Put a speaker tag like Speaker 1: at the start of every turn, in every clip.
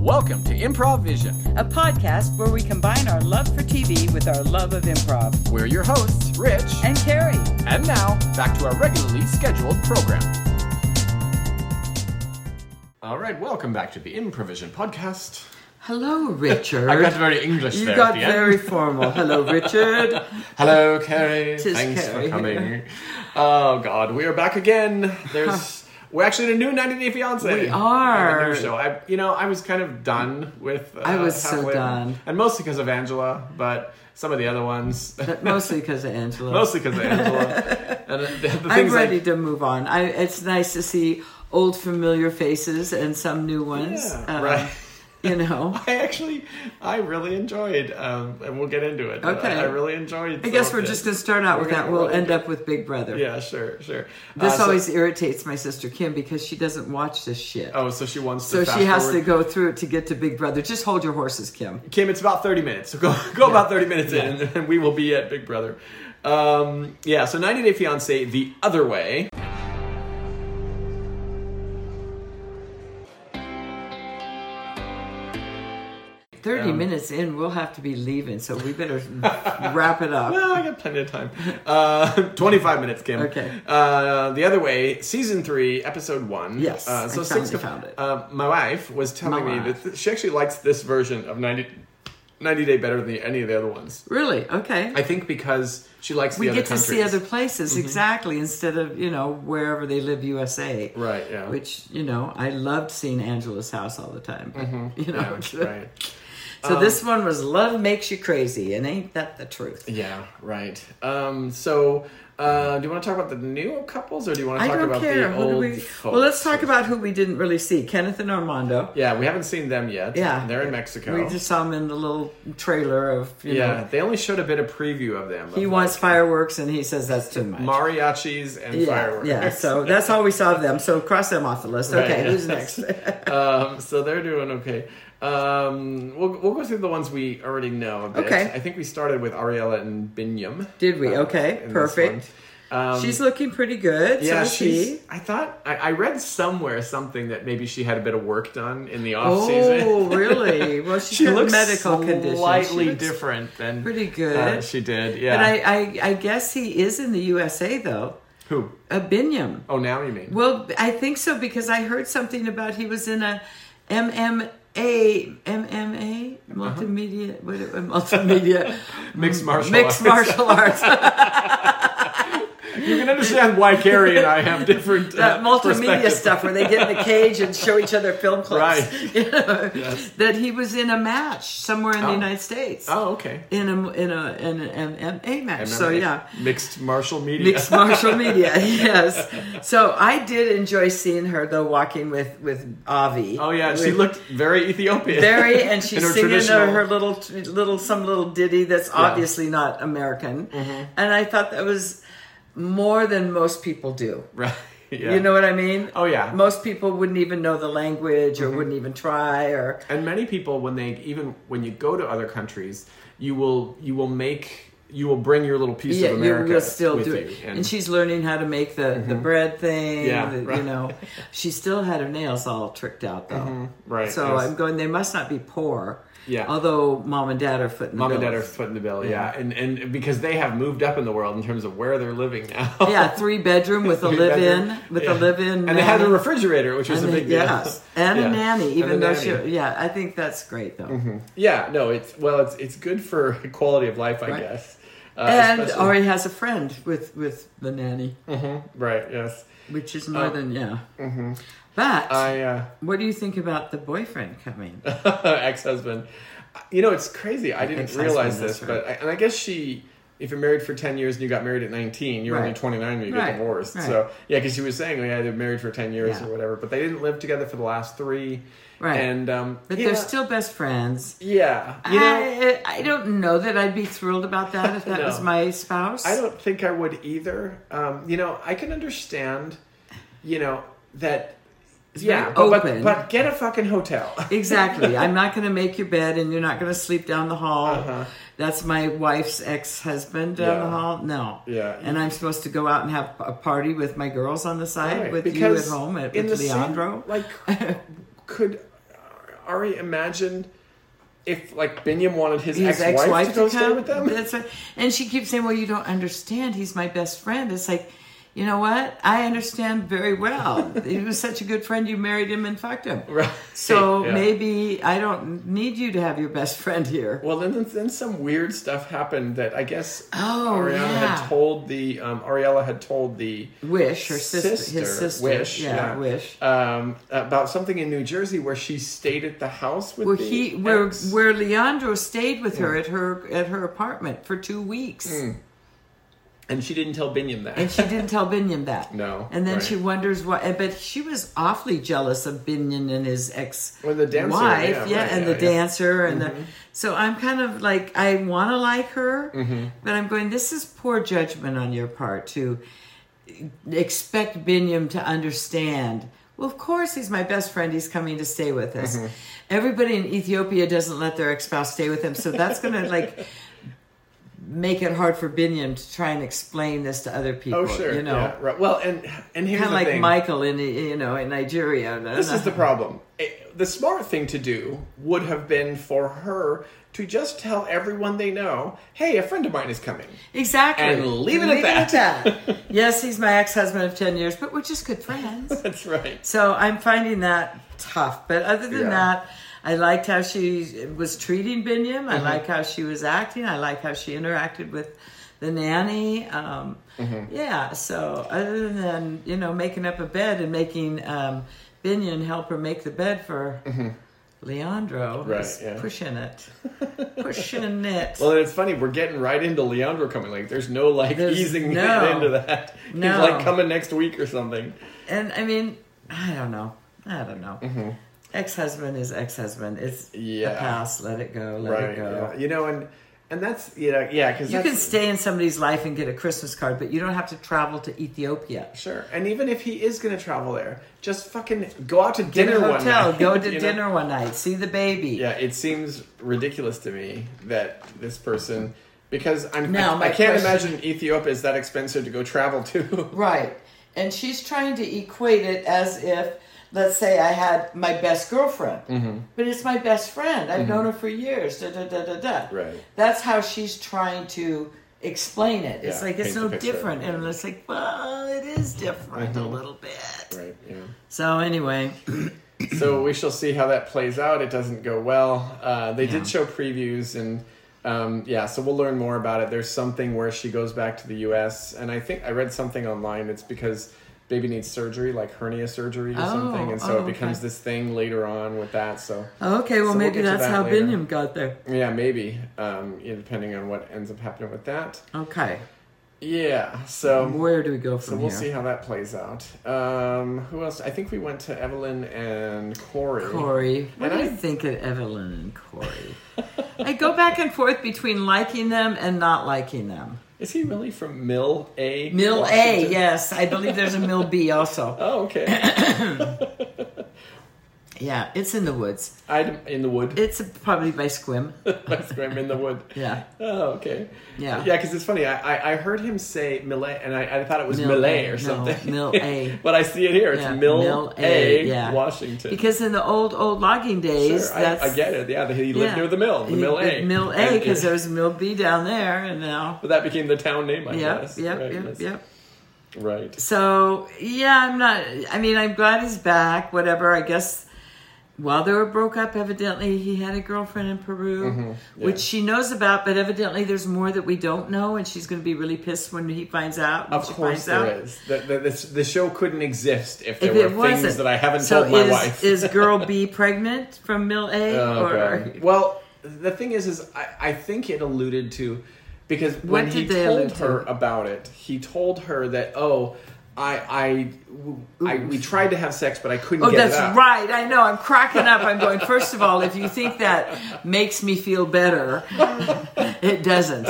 Speaker 1: Welcome to Improv Vision.
Speaker 2: a podcast where we combine our love for TV with our love of improv.
Speaker 1: We're your hosts, Rich,
Speaker 2: And Carrie,
Speaker 1: and now back to our regularly scheduled program. All right, welcome back to the Improvision podcast.
Speaker 2: hello, Richard.
Speaker 1: I got very English
Speaker 2: you
Speaker 1: there.
Speaker 2: got
Speaker 1: at the end.
Speaker 2: very formal. Hello, Richard.
Speaker 1: Hello, Carrie.
Speaker 2: Tis
Speaker 1: Thanks
Speaker 2: Carrie.
Speaker 1: for coming. oh God, we are back again. There's we're actually in a new 90 Day Fiance.
Speaker 2: We are.
Speaker 1: a new show. I, you know, I was kind of done with. Uh,
Speaker 2: I was so
Speaker 1: halfway-
Speaker 2: done.
Speaker 1: and mostly because of Angela, but some of the other ones.
Speaker 2: But mostly because of Angela.
Speaker 1: Mostly because of Angela. and uh, the, the things
Speaker 2: I'm ready
Speaker 1: like-
Speaker 2: to move on. I, it's nice to see old familiar faces and some new ones.
Speaker 1: Yeah,
Speaker 2: Um,
Speaker 1: right.
Speaker 2: You know.
Speaker 1: I actually, I really enjoyed, um, and we'll get into it. but
Speaker 2: Okay.
Speaker 1: I, I really enjoyed.
Speaker 2: I guess we're just going to start out with
Speaker 1: We're
Speaker 2: that.
Speaker 1: gonna-
Speaker 2: We'll
Speaker 1: we're
Speaker 2: end
Speaker 1: gonna-
Speaker 2: up with Big Brother.
Speaker 1: Yeah, sure, sure.
Speaker 2: This
Speaker 1: Uh, so-
Speaker 2: always irritates my sister Kim because she doesn't watch this shit.
Speaker 1: oh, so she wants.
Speaker 2: so
Speaker 1: to
Speaker 2: she
Speaker 1: fast
Speaker 2: has
Speaker 1: forward.
Speaker 2: to go through it to get to Big Brother. Just hold your horses, Kim.
Speaker 1: Kim, it's about 30 minutes. So go, go about 30 minutes in, and then we will be at Big Brother. Um, yeah, so 90 Day Fiancé the other way.
Speaker 2: Thirty
Speaker 1: Um,
Speaker 2: minutes in, we'll have to be leaving, so we better wrap it up.
Speaker 1: Well, I got plenty of time. Uh, 25 minutes, Kim.
Speaker 2: Okay.
Speaker 1: Uh, the other way, season three, episode one.
Speaker 2: Yes,
Speaker 1: Uh, so
Speaker 2: I
Speaker 1: six
Speaker 2: finally found it.
Speaker 1: Uh, my wife was telling
Speaker 2: My
Speaker 1: me
Speaker 2: wife.
Speaker 1: that th- she actually likes this version of 90, 90 Day better than the, any of the other ones.
Speaker 2: Really? Okay.
Speaker 1: I think because she likes
Speaker 2: we
Speaker 1: the other
Speaker 2: get to see
Speaker 1: countries. Mm-hmm.
Speaker 2: other places exactly instead of you know wherever they live, USA.
Speaker 1: Right, yeah.
Speaker 2: Which you know, I loved seeing Angela's house all the time. but,
Speaker 1: Mm-hmm.
Speaker 2: You know,
Speaker 1: Yeah, right.
Speaker 2: so this
Speaker 1: Um,
Speaker 2: one was love makes you crazy, and ain't that the truth?
Speaker 1: Yeah, right. Um, so, uh, do you want to talk about the new couples, or do you want to
Speaker 2: I
Speaker 1: talk
Speaker 2: don't
Speaker 1: about
Speaker 2: care.
Speaker 1: the
Speaker 2: Who do
Speaker 1: old?
Speaker 2: we,
Speaker 1: folks?
Speaker 2: well, let's talk about who we didn't really see: Kenneth and Armando.
Speaker 1: Yeah, we haven't seen them yet.
Speaker 2: Yeah.
Speaker 1: they're in Mexico.
Speaker 2: We just saw him in the little trailer of you
Speaker 1: yeah,
Speaker 2: know
Speaker 1: they only showed a bit of preview of them.
Speaker 2: he
Speaker 1: of,
Speaker 2: wants fireworks and he says that's too much.
Speaker 1: like, mariachis and
Speaker 2: yeah,
Speaker 1: fireworks.
Speaker 2: yeah. So that's all we saw of them. So cross them off the list.
Speaker 1: Right,
Speaker 2: Okay, who's
Speaker 1: yes.
Speaker 2: next?
Speaker 1: um, so they're doing okay. Um, we'll we'll go through the ones we already know a bit.
Speaker 2: Okay.
Speaker 1: I think we started with Ariella and Binyam.
Speaker 2: Did we?
Speaker 1: uh,
Speaker 2: Okay,
Speaker 1: in this
Speaker 2: perfect.
Speaker 1: one. Um,
Speaker 2: she's looking pretty good.
Speaker 1: Yeah,
Speaker 2: so is
Speaker 1: she's.
Speaker 2: he.
Speaker 1: I thought I, I read somewhere something that maybe she had a bit of work done in the off season.
Speaker 2: Oh, really? Well, she's
Speaker 1: she
Speaker 2: got a
Speaker 1: looks
Speaker 2: medical condition.
Speaker 1: slightly
Speaker 2: She looks-
Speaker 1: different than
Speaker 2: pretty good.
Speaker 1: uh, she did. Yeah.
Speaker 2: But I, I, I guess he is in the USA though.
Speaker 1: Who?
Speaker 2: A Binyam.
Speaker 1: Oh, now you mean?
Speaker 2: Well, I think so because I heard something about he was in a MMA, MMA,
Speaker 1: Uh-huh.
Speaker 2: multimedia, what it- multimedia,
Speaker 1: Mixed martial
Speaker 2: mixed
Speaker 1: arts.
Speaker 2: martial arts,
Speaker 1: you can understand why Carrie and I have different
Speaker 2: that
Speaker 1: uh,
Speaker 2: multimedia
Speaker 1: perspectives.
Speaker 2: stuff where they get in the cage and show each other film clips.
Speaker 1: Right.
Speaker 2: You know,
Speaker 1: Yes.
Speaker 2: That he was in a match somewhere in
Speaker 1: Oh.
Speaker 2: the United States.
Speaker 1: Oh, okay.
Speaker 2: In a in a in an MMA match,
Speaker 1: I
Speaker 2: so
Speaker 1: remember
Speaker 2: yeah,
Speaker 1: Mixed martial media.
Speaker 2: mixed martial media, yes. So I did enjoy seeing her though walking with with Avi.
Speaker 1: oh yeah, she
Speaker 2: With-
Speaker 1: looked very Ethiopian.
Speaker 2: Very, and she's
Speaker 1: In her
Speaker 2: singing her,
Speaker 1: traditional-
Speaker 2: her little, little, some little ditty that's obviously not American.
Speaker 1: Mm-hmm.
Speaker 2: And I thought that was more than most people do.
Speaker 1: Right. Yeah.
Speaker 2: You know what I mean?
Speaker 1: Oh, yeah. Mm-hmm.
Speaker 2: Most people wouldn't even know the language or wouldn't even try or.
Speaker 1: and many people when they even when you go to other countries you will you will make you will bring your little piece
Speaker 2: Yeah,
Speaker 1: of
Speaker 2: you
Speaker 1: america
Speaker 2: will still
Speaker 1: with
Speaker 2: do
Speaker 1: you Mm-hmm.
Speaker 2: it. And, she's learning how to make the, the bread thing.
Speaker 1: Yeah,
Speaker 2: the- You
Speaker 1: right. Mm-hmm.
Speaker 2: know, she still had her nails all tricked out though.
Speaker 1: right
Speaker 2: So
Speaker 1: yes.
Speaker 2: I'm going. They must not be poor.
Speaker 1: Yeah.
Speaker 2: Although mom and dad are foot in the
Speaker 1: mom and
Speaker 2: bill.
Speaker 1: dad are foot in the bill yeah and and because they have moved up in the world in terms of where they're living now
Speaker 2: Yeah, three bedroom with a
Speaker 1: Three
Speaker 2: live in
Speaker 1: bedroom.
Speaker 2: with
Speaker 1: Yeah.
Speaker 2: a live in.
Speaker 1: and they had a refrigerator which was
Speaker 2: and
Speaker 1: a
Speaker 2: a-
Speaker 1: big deal
Speaker 2: yes, and
Speaker 1: Yeah.
Speaker 2: a nanny.
Speaker 1: And
Speaker 2: Even
Speaker 1: a
Speaker 2: though
Speaker 1: nanny. Mm-hmm.
Speaker 2: she, yeah, I think that's great though.
Speaker 1: yeah no it's well it's it's good for quality of life i
Speaker 2: Right.
Speaker 1: guess uh,
Speaker 2: And
Speaker 1: especially-
Speaker 2: Ari has a friend with with the nanny,
Speaker 1: right yes
Speaker 2: which is more than yeah. But
Speaker 1: Oh. Mm-hmm. i uh
Speaker 2: what do you think about the boyfriend coming?
Speaker 1: ex-husband. You know, it's crazy. I didn't
Speaker 2: Ex-husband,
Speaker 1: realize this,
Speaker 2: that's right.
Speaker 1: but I, and I guess she, if you're married for ten years and you got married at nineteen, you're only
Speaker 2: Right.
Speaker 1: twenty nine when you
Speaker 2: Right,
Speaker 1: get divorced.
Speaker 2: right.
Speaker 1: So yeah, because she was saying, oh, yeah, they're married for ten years
Speaker 2: Yeah.
Speaker 1: or whatever, but they didn't live together for the last three.
Speaker 2: Right.
Speaker 1: And um,
Speaker 2: But
Speaker 1: yeah,
Speaker 2: they're still best friends.
Speaker 1: yeah. You know,
Speaker 2: I, I don't know that I'd be thrilled about that if that
Speaker 1: No.
Speaker 2: was my spouse.
Speaker 1: I don't think I would either. Um, you know, I can understand. You know that. Yeah,
Speaker 2: very
Speaker 1: but,
Speaker 2: open.
Speaker 1: but but get a fucking hotel.
Speaker 2: Exactly. I'm not going to make your bed and you're not going to sleep down the hall. That's my wife's ex husband down
Speaker 1: Uh-huh. Yeah.
Speaker 2: the hall. No.
Speaker 1: Yeah.
Speaker 2: And I'm supposed to go out and have a party with my girls on the side
Speaker 1: Right,
Speaker 2: with you at
Speaker 1: because
Speaker 2: home at,
Speaker 1: in
Speaker 2: with
Speaker 1: the same-
Speaker 2: Leandro.
Speaker 1: like, could Ari imagined if like Binyam wanted his,
Speaker 2: his
Speaker 1: ex-wife,
Speaker 2: ex-wife
Speaker 1: to go stay with them?
Speaker 2: That's right. And she keeps saying, "Well, you don't understand. He's my best friend." It's like, you know what? I understand very well. he was such a good friend. You married him and fucked him.
Speaker 1: Right.
Speaker 2: So
Speaker 1: Yeah.
Speaker 2: maybe I don't need you to have your best friend here.
Speaker 1: Well, then, then some weird stuff happened that I guess
Speaker 2: Oh,
Speaker 1: Ariana
Speaker 2: yeah.
Speaker 1: had told the um, Ariella had told the
Speaker 2: Wish her sister, his
Speaker 1: sister,
Speaker 2: sister.
Speaker 1: Wish,
Speaker 2: yeah,
Speaker 1: yeah.
Speaker 2: Wish.
Speaker 1: um, about something in New Jersey where she stayed at the house with
Speaker 2: Where
Speaker 1: the
Speaker 2: he, where
Speaker 1: ex.
Speaker 2: where Leandro stayed with her at her at her apartment for two weeks,
Speaker 1: Mm. and she didn't tell Binyam that.
Speaker 2: and she didn't tell Binion that.
Speaker 1: No,
Speaker 2: And then
Speaker 1: right.
Speaker 2: she wonders why. eh, But she was awfully jealous of Binion and his ex
Speaker 1: Well, the dancer,
Speaker 2: wife,
Speaker 1: yeah, right, yeah,
Speaker 2: and the
Speaker 1: yeah. Mm-hmm.
Speaker 2: dancer, and the. So I'm kind of like I want to like her,
Speaker 1: Mm-hmm.
Speaker 2: but I'm going. This is poor judgment on your part to expect Binyam to understand. Well, of course, he's my best friend. He's coming to stay with us.
Speaker 1: Mm-hmm.
Speaker 2: Everybody in Ethiopia doesn't let their ex spouse stay with them, so that's going to like make it hard for Binyam to try and explain this to other people.
Speaker 1: oh sure,
Speaker 2: you know,
Speaker 1: yeah, right. Well, and and here's
Speaker 2: kind of
Speaker 1: the
Speaker 2: like
Speaker 1: thing.
Speaker 2: Michael in you know in Nigeria.
Speaker 1: This is the problem. It- the smart thing to do would have been for her to just tell everyone they know, "Hey, a friend of mine is coming."
Speaker 2: exactly.
Speaker 1: And leave it at that.
Speaker 2: that. yes, he's my ex husband of ten years, but we're just good friends.
Speaker 1: That's right.
Speaker 2: So I'm finding that tough. But other than
Speaker 1: Yeah.
Speaker 2: that, I liked how she was treating Binyam.
Speaker 1: Mm-hmm.
Speaker 2: I like how she was acting. I like how she interacted with the nanny. Um,
Speaker 1: Mm-hmm.
Speaker 2: Yeah. So other than you know making up a bed and making um, Binyam help her make the bed for Leandro,
Speaker 1: Mm-hmm. Right,
Speaker 2: was
Speaker 1: yeah.
Speaker 2: pushing it, pushing it.
Speaker 1: Well, and it's funny. We're getting right into Leandro coming. Like, there's no like
Speaker 2: There's-
Speaker 1: easing
Speaker 2: no.
Speaker 1: that into that. He's
Speaker 2: No.
Speaker 1: like coming next week or something.
Speaker 2: and I mean, I don't know. I don't know. Ex husband is ex husband. It's
Speaker 1: Mm-hmm. Yeah.
Speaker 2: a pass. Let it go. Let
Speaker 1: right.
Speaker 2: it go.
Speaker 1: Yeah. You know, and and that's you know, yeah, because
Speaker 2: You can stay in somebody's life and get a Christmas card, but you don't have to travel to Ethiopia.
Speaker 1: sure. And even if he is going to travel there, just fucking go out to
Speaker 2: Get
Speaker 1: dinner
Speaker 2: a
Speaker 1: one
Speaker 2: hotel,
Speaker 1: night,
Speaker 2: go to
Speaker 1: you know?
Speaker 2: dinner one night, see the baby.
Speaker 1: Yeah, it seems ridiculous to me that this person. Because I'm,
Speaker 2: Now,
Speaker 1: I,
Speaker 2: my
Speaker 1: I can't
Speaker 2: question-
Speaker 1: imagine Ethiopia is that expensive to go travel to.
Speaker 2: Right. And she's trying to equate it as if, let's say, I had my best girlfriend,
Speaker 1: Mm-hmm.
Speaker 2: but it's my best friend. I've known her for years. Da, da, da, da, da.
Speaker 1: Right.
Speaker 2: That's how she's trying to explain it. It's
Speaker 1: Yeah,
Speaker 2: like it's
Speaker 1: paint the
Speaker 2: no
Speaker 1: picture. Mm-hmm.
Speaker 2: different. And it's like, well, it is different a little bit.
Speaker 1: right. Yeah.
Speaker 2: So, anyway,
Speaker 1: so we shall see how that plays out. It doesn't go well. Uh, they
Speaker 2: Yeah.
Speaker 1: did show previews and. Um, yeah, so we'll learn more about it. There's something where she goes back to the U.S. and I think I read something online. It's because baby needs surgery, like hernia surgery or
Speaker 2: Oh,
Speaker 1: something, and so
Speaker 2: oh,
Speaker 1: it becomes
Speaker 2: okay.
Speaker 1: this thing later on with that. So
Speaker 2: okay, well,
Speaker 1: So we'll
Speaker 2: maybe
Speaker 1: get to
Speaker 2: that's
Speaker 1: that
Speaker 2: how
Speaker 1: later.
Speaker 2: Binyam got there.
Speaker 1: yeah, maybe um, yeah, depending on what ends up happening with that.
Speaker 2: Okay.
Speaker 1: Yeah, so
Speaker 2: Um, Where do we go from
Speaker 1: so we'll
Speaker 2: here?
Speaker 1: see how that plays out. Um, who else? I think we went to Evelyn and Corey.
Speaker 2: Corey. What
Speaker 1: And
Speaker 2: do you
Speaker 1: I-
Speaker 2: think of Evelyn and Corey? I go back and forth between liking them and not liking them.
Speaker 1: Is he really from Mill A?
Speaker 2: Mill A,
Speaker 1: Washington?
Speaker 2: yes. I believe there's a Mill B also.
Speaker 1: Oh, okay.
Speaker 2: Yeah, it's in the woods.
Speaker 1: I'm in the wood.
Speaker 2: It's probably by Squim.
Speaker 1: I'm in the wood.
Speaker 2: Yeah.
Speaker 1: Oh, okay.
Speaker 2: Yeah.
Speaker 1: Yeah, because it's funny. I, I, I heard him say Millet, and I, I thought it was
Speaker 2: Mill
Speaker 1: Millet
Speaker 2: A,
Speaker 1: or
Speaker 2: no,
Speaker 1: something.
Speaker 2: Mill A.
Speaker 1: but I see it here. It's
Speaker 2: Yeah,
Speaker 1: Mill,
Speaker 2: Mill
Speaker 1: A,
Speaker 2: A, yeah.
Speaker 1: Washington.
Speaker 2: Because in the old, old logging
Speaker 1: Sure,
Speaker 2: days,
Speaker 1: I,
Speaker 2: that's.
Speaker 1: I get it. Yeah, he lived
Speaker 2: yeah.
Speaker 1: near the mill, the
Speaker 2: He-
Speaker 1: Mill A.
Speaker 2: Mill A,
Speaker 1: And
Speaker 2: because
Speaker 1: it-
Speaker 2: there was a Mill B down there, and now.
Speaker 1: But that became the town name, I
Speaker 2: Yep,
Speaker 1: guess.
Speaker 2: yep,
Speaker 1: right,
Speaker 2: yep,
Speaker 1: yes.
Speaker 2: yep.
Speaker 1: Right.
Speaker 2: So yeah, I'm not. I mean, I'm glad he's back. Whatever. I guess while they were broke up, evidently he had a girlfriend in Peru,
Speaker 1: Mm-hmm. yeah.
Speaker 2: which she knows about. But evidently, there's more that we don't know, and she's going to be really pissed when he finds out. When
Speaker 1: Of
Speaker 2: she
Speaker 1: course
Speaker 2: finds
Speaker 1: there
Speaker 2: out.
Speaker 1: is. The, the, this, the show couldn't exist if there
Speaker 2: If it
Speaker 1: were
Speaker 2: wasn't
Speaker 1: things that I haven't
Speaker 2: so
Speaker 1: told my
Speaker 2: is,
Speaker 1: wife.
Speaker 2: is girl B pregnant from Mill A?
Speaker 1: Oh,
Speaker 2: or
Speaker 1: God. Well, the thing is, is I, I think it alluded to because when
Speaker 2: What
Speaker 1: he
Speaker 2: did they
Speaker 1: told
Speaker 2: allude to?
Speaker 1: her about it, he told her that oh, I I, I we tried to have sex, but I couldn't.
Speaker 2: Oh,
Speaker 1: get
Speaker 2: that's
Speaker 1: it out.
Speaker 2: right. I know. I'm cracking up. I'm going, first of all, if you think that makes me feel better, it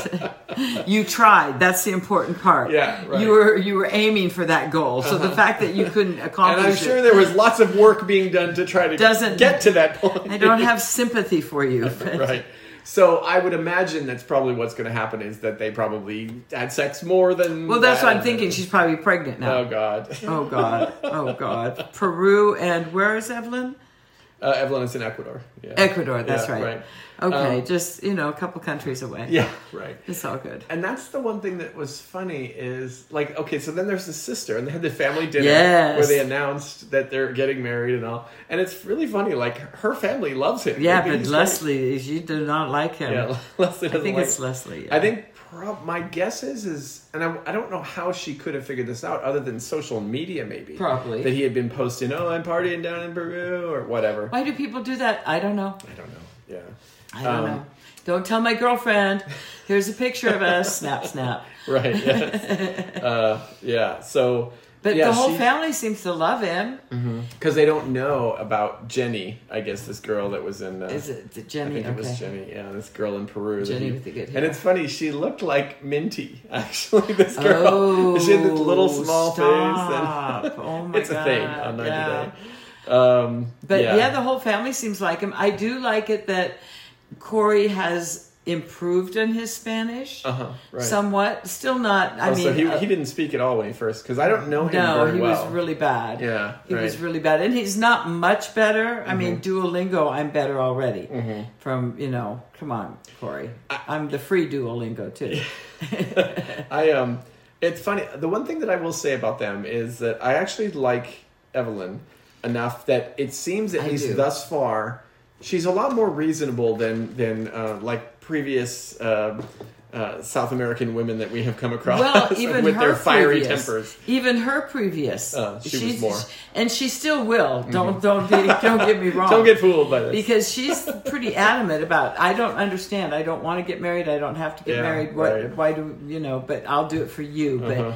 Speaker 2: doesn't. You tried. That's the important part.
Speaker 1: Yeah, right.
Speaker 2: You were you were aiming for that goal. So the fact that you couldn't
Speaker 1: And I'm
Speaker 2: accomplish
Speaker 1: sure
Speaker 2: it.
Speaker 1: there was lots of work being done to try to
Speaker 2: Doesn't-
Speaker 1: get to that point.
Speaker 2: I don't have sympathy for you.
Speaker 1: right. So I would imagine that's probably what's going to happen is that they probably had sex more than.
Speaker 2: Well, that's what
Speaker 1: that.
Speaker 2: I'm thinking. She's probably
Speaker 1: Uh,
Speaker 2: pregnant now.
Speaker 1: Oh God.
Speaker 2: Oh God. Oh God. Peru and where is Evelyn?
Speaker 1: Uh, Evelyn is in Ecuador. Yeah.
Speaker 2: Ecuador, that's
Speaker 1: Yeah,
Speaker 2: right.
Speaker 1: right.
Speaker 2: Okay,
Speaker 1: Um,
Speaker 2: just, you know, a couple countries away.
Speaker 1: Yeah, right.
Speaker 2: It's all good.
Speaker 1: And that's the one thing that was funny is like okay, so then there's the sister, and they had the family dinner
Speaker 2: Yes.
Speaker 1: where they announced that they're getting married and all. And it's really funny. Like her family loves him.
Speaker 2: Yeah,
Speaker 1: They think
Speaker 2: but
Speaker 1: he's
Speaker 2: Leslie, she did not like him.
Speaker 1: great. Yeah, Leslie
Speaker 2: I
Speaker 1: doesn't
Speaker 2: think
Speaker 1: like.
Speaker 2: it's Leslie.
Speaker 1: I think prob- my guess is is, and I, I don't know how she could have figured this out other than social media, maybe
Speaker 2: Probably.
Speaker 1: that he had been posting, "Oh, I'm partying down in Peru" or whatever.
Speaker 2: Why do people do that? I don't know.
Speaker 1: I don't know. Yeah.
Speaker 2: I don't
Speaker 1: Um,
Speaker 2: know. Don't tell my girlfriend. Here's a picture of us. snap, snap.
Speaker 1: Right. Yes. uh, yeah. So.
Speaker 2: But
Speaker 1: yeah,
Speaker 2: the whole
Speaker 1: she-
Speaker 2: family seems to love him.
Speaker 1: because they don't know about Jenny. I guess this girl that was in. Uh,
Speaker 2: Is it the
Speaker 1: I
Speaker 2: Jenny?
Speaker 1: think it was
Speaker 2: Okay.
Speaker 1: Jenny. Yeah, this girl in Peru. that
Speaker 2: Jenny
Speaker 1: he-
Speaker 2: with the good
Speaker 1: And
Speaker 2: hair.
Speaker 1: it's funny. She looked like Minty. Actually, this girl. she had this little small face.
Speaker 2: Oh, stop.
Speaker 1: And
Speaker 2: Oh my
Speaker 1: it's a thing
Speaker 2: God,
Speaker 1: on 90
Speaker 2: yeah.
Speaker 1: Day. Um,
Speaker 2: But yeah. the whole family seems like him. I do like it that Corey has improved in his Spanish
Speaker 1: uh-huh, right.
Speaker 2: somewhat. Still not. I
Speaker 1: Oh,
Speaker 2: mean,
Speaker 1: so he
Speaker 2: uh,
Speaker 1: he didn't speak at all when he first because I don't know him
Speaker 2: no,
Speaker 1: very
Speaker 2: he
Speaker 1: well.
Speaker 2: was really bad.
Speaker 1: Yeah,
Speaker 2: he was
Speaker 1: right. Mm-hmm.
Speaker 2: really bad, and he's not much better. I mean, Duolingo, I'm better already. From you know, come on, Corey, I, am the free Duolingo too.
Speaker 1: I um, it's funny. The one thing that I will say about them is that I actually like Evelyn enough that it seems at
Speaker 2: I
Speaker 1: least
Speaker 2: do.
Speaker 1: thus far, she's a lot more reasonable than than uh, like previous. Uh, uh, South American women that we have come across
Speaker 2: Well,
Speaker 1: and
Speaker 2: even
Speaker 1: with
Speaker 2: her
Speaker 1: their fiery
Speaker 2: previous,
Speaker 1: tempers.
Speaker 2: Even her previous,
Speaker 1: Uh, she was
Speaker 2: she's-
Speaker 1: more. Mm-hmm.
Speaker 2: and she still will. Don't don't be, don't get me wrong.
Speaker 1: Don't get fooled by this.
Speaker 2: because she's pretty adamant about I don't understand. I don't want to get married. I don't have to get
Speaker 1: Yeah,
Speaker 2: married. What?
Speaker 1: right.
Speaker 2: Why do you know? But I'll do it for you. But
Speaker 1: Uh-huh.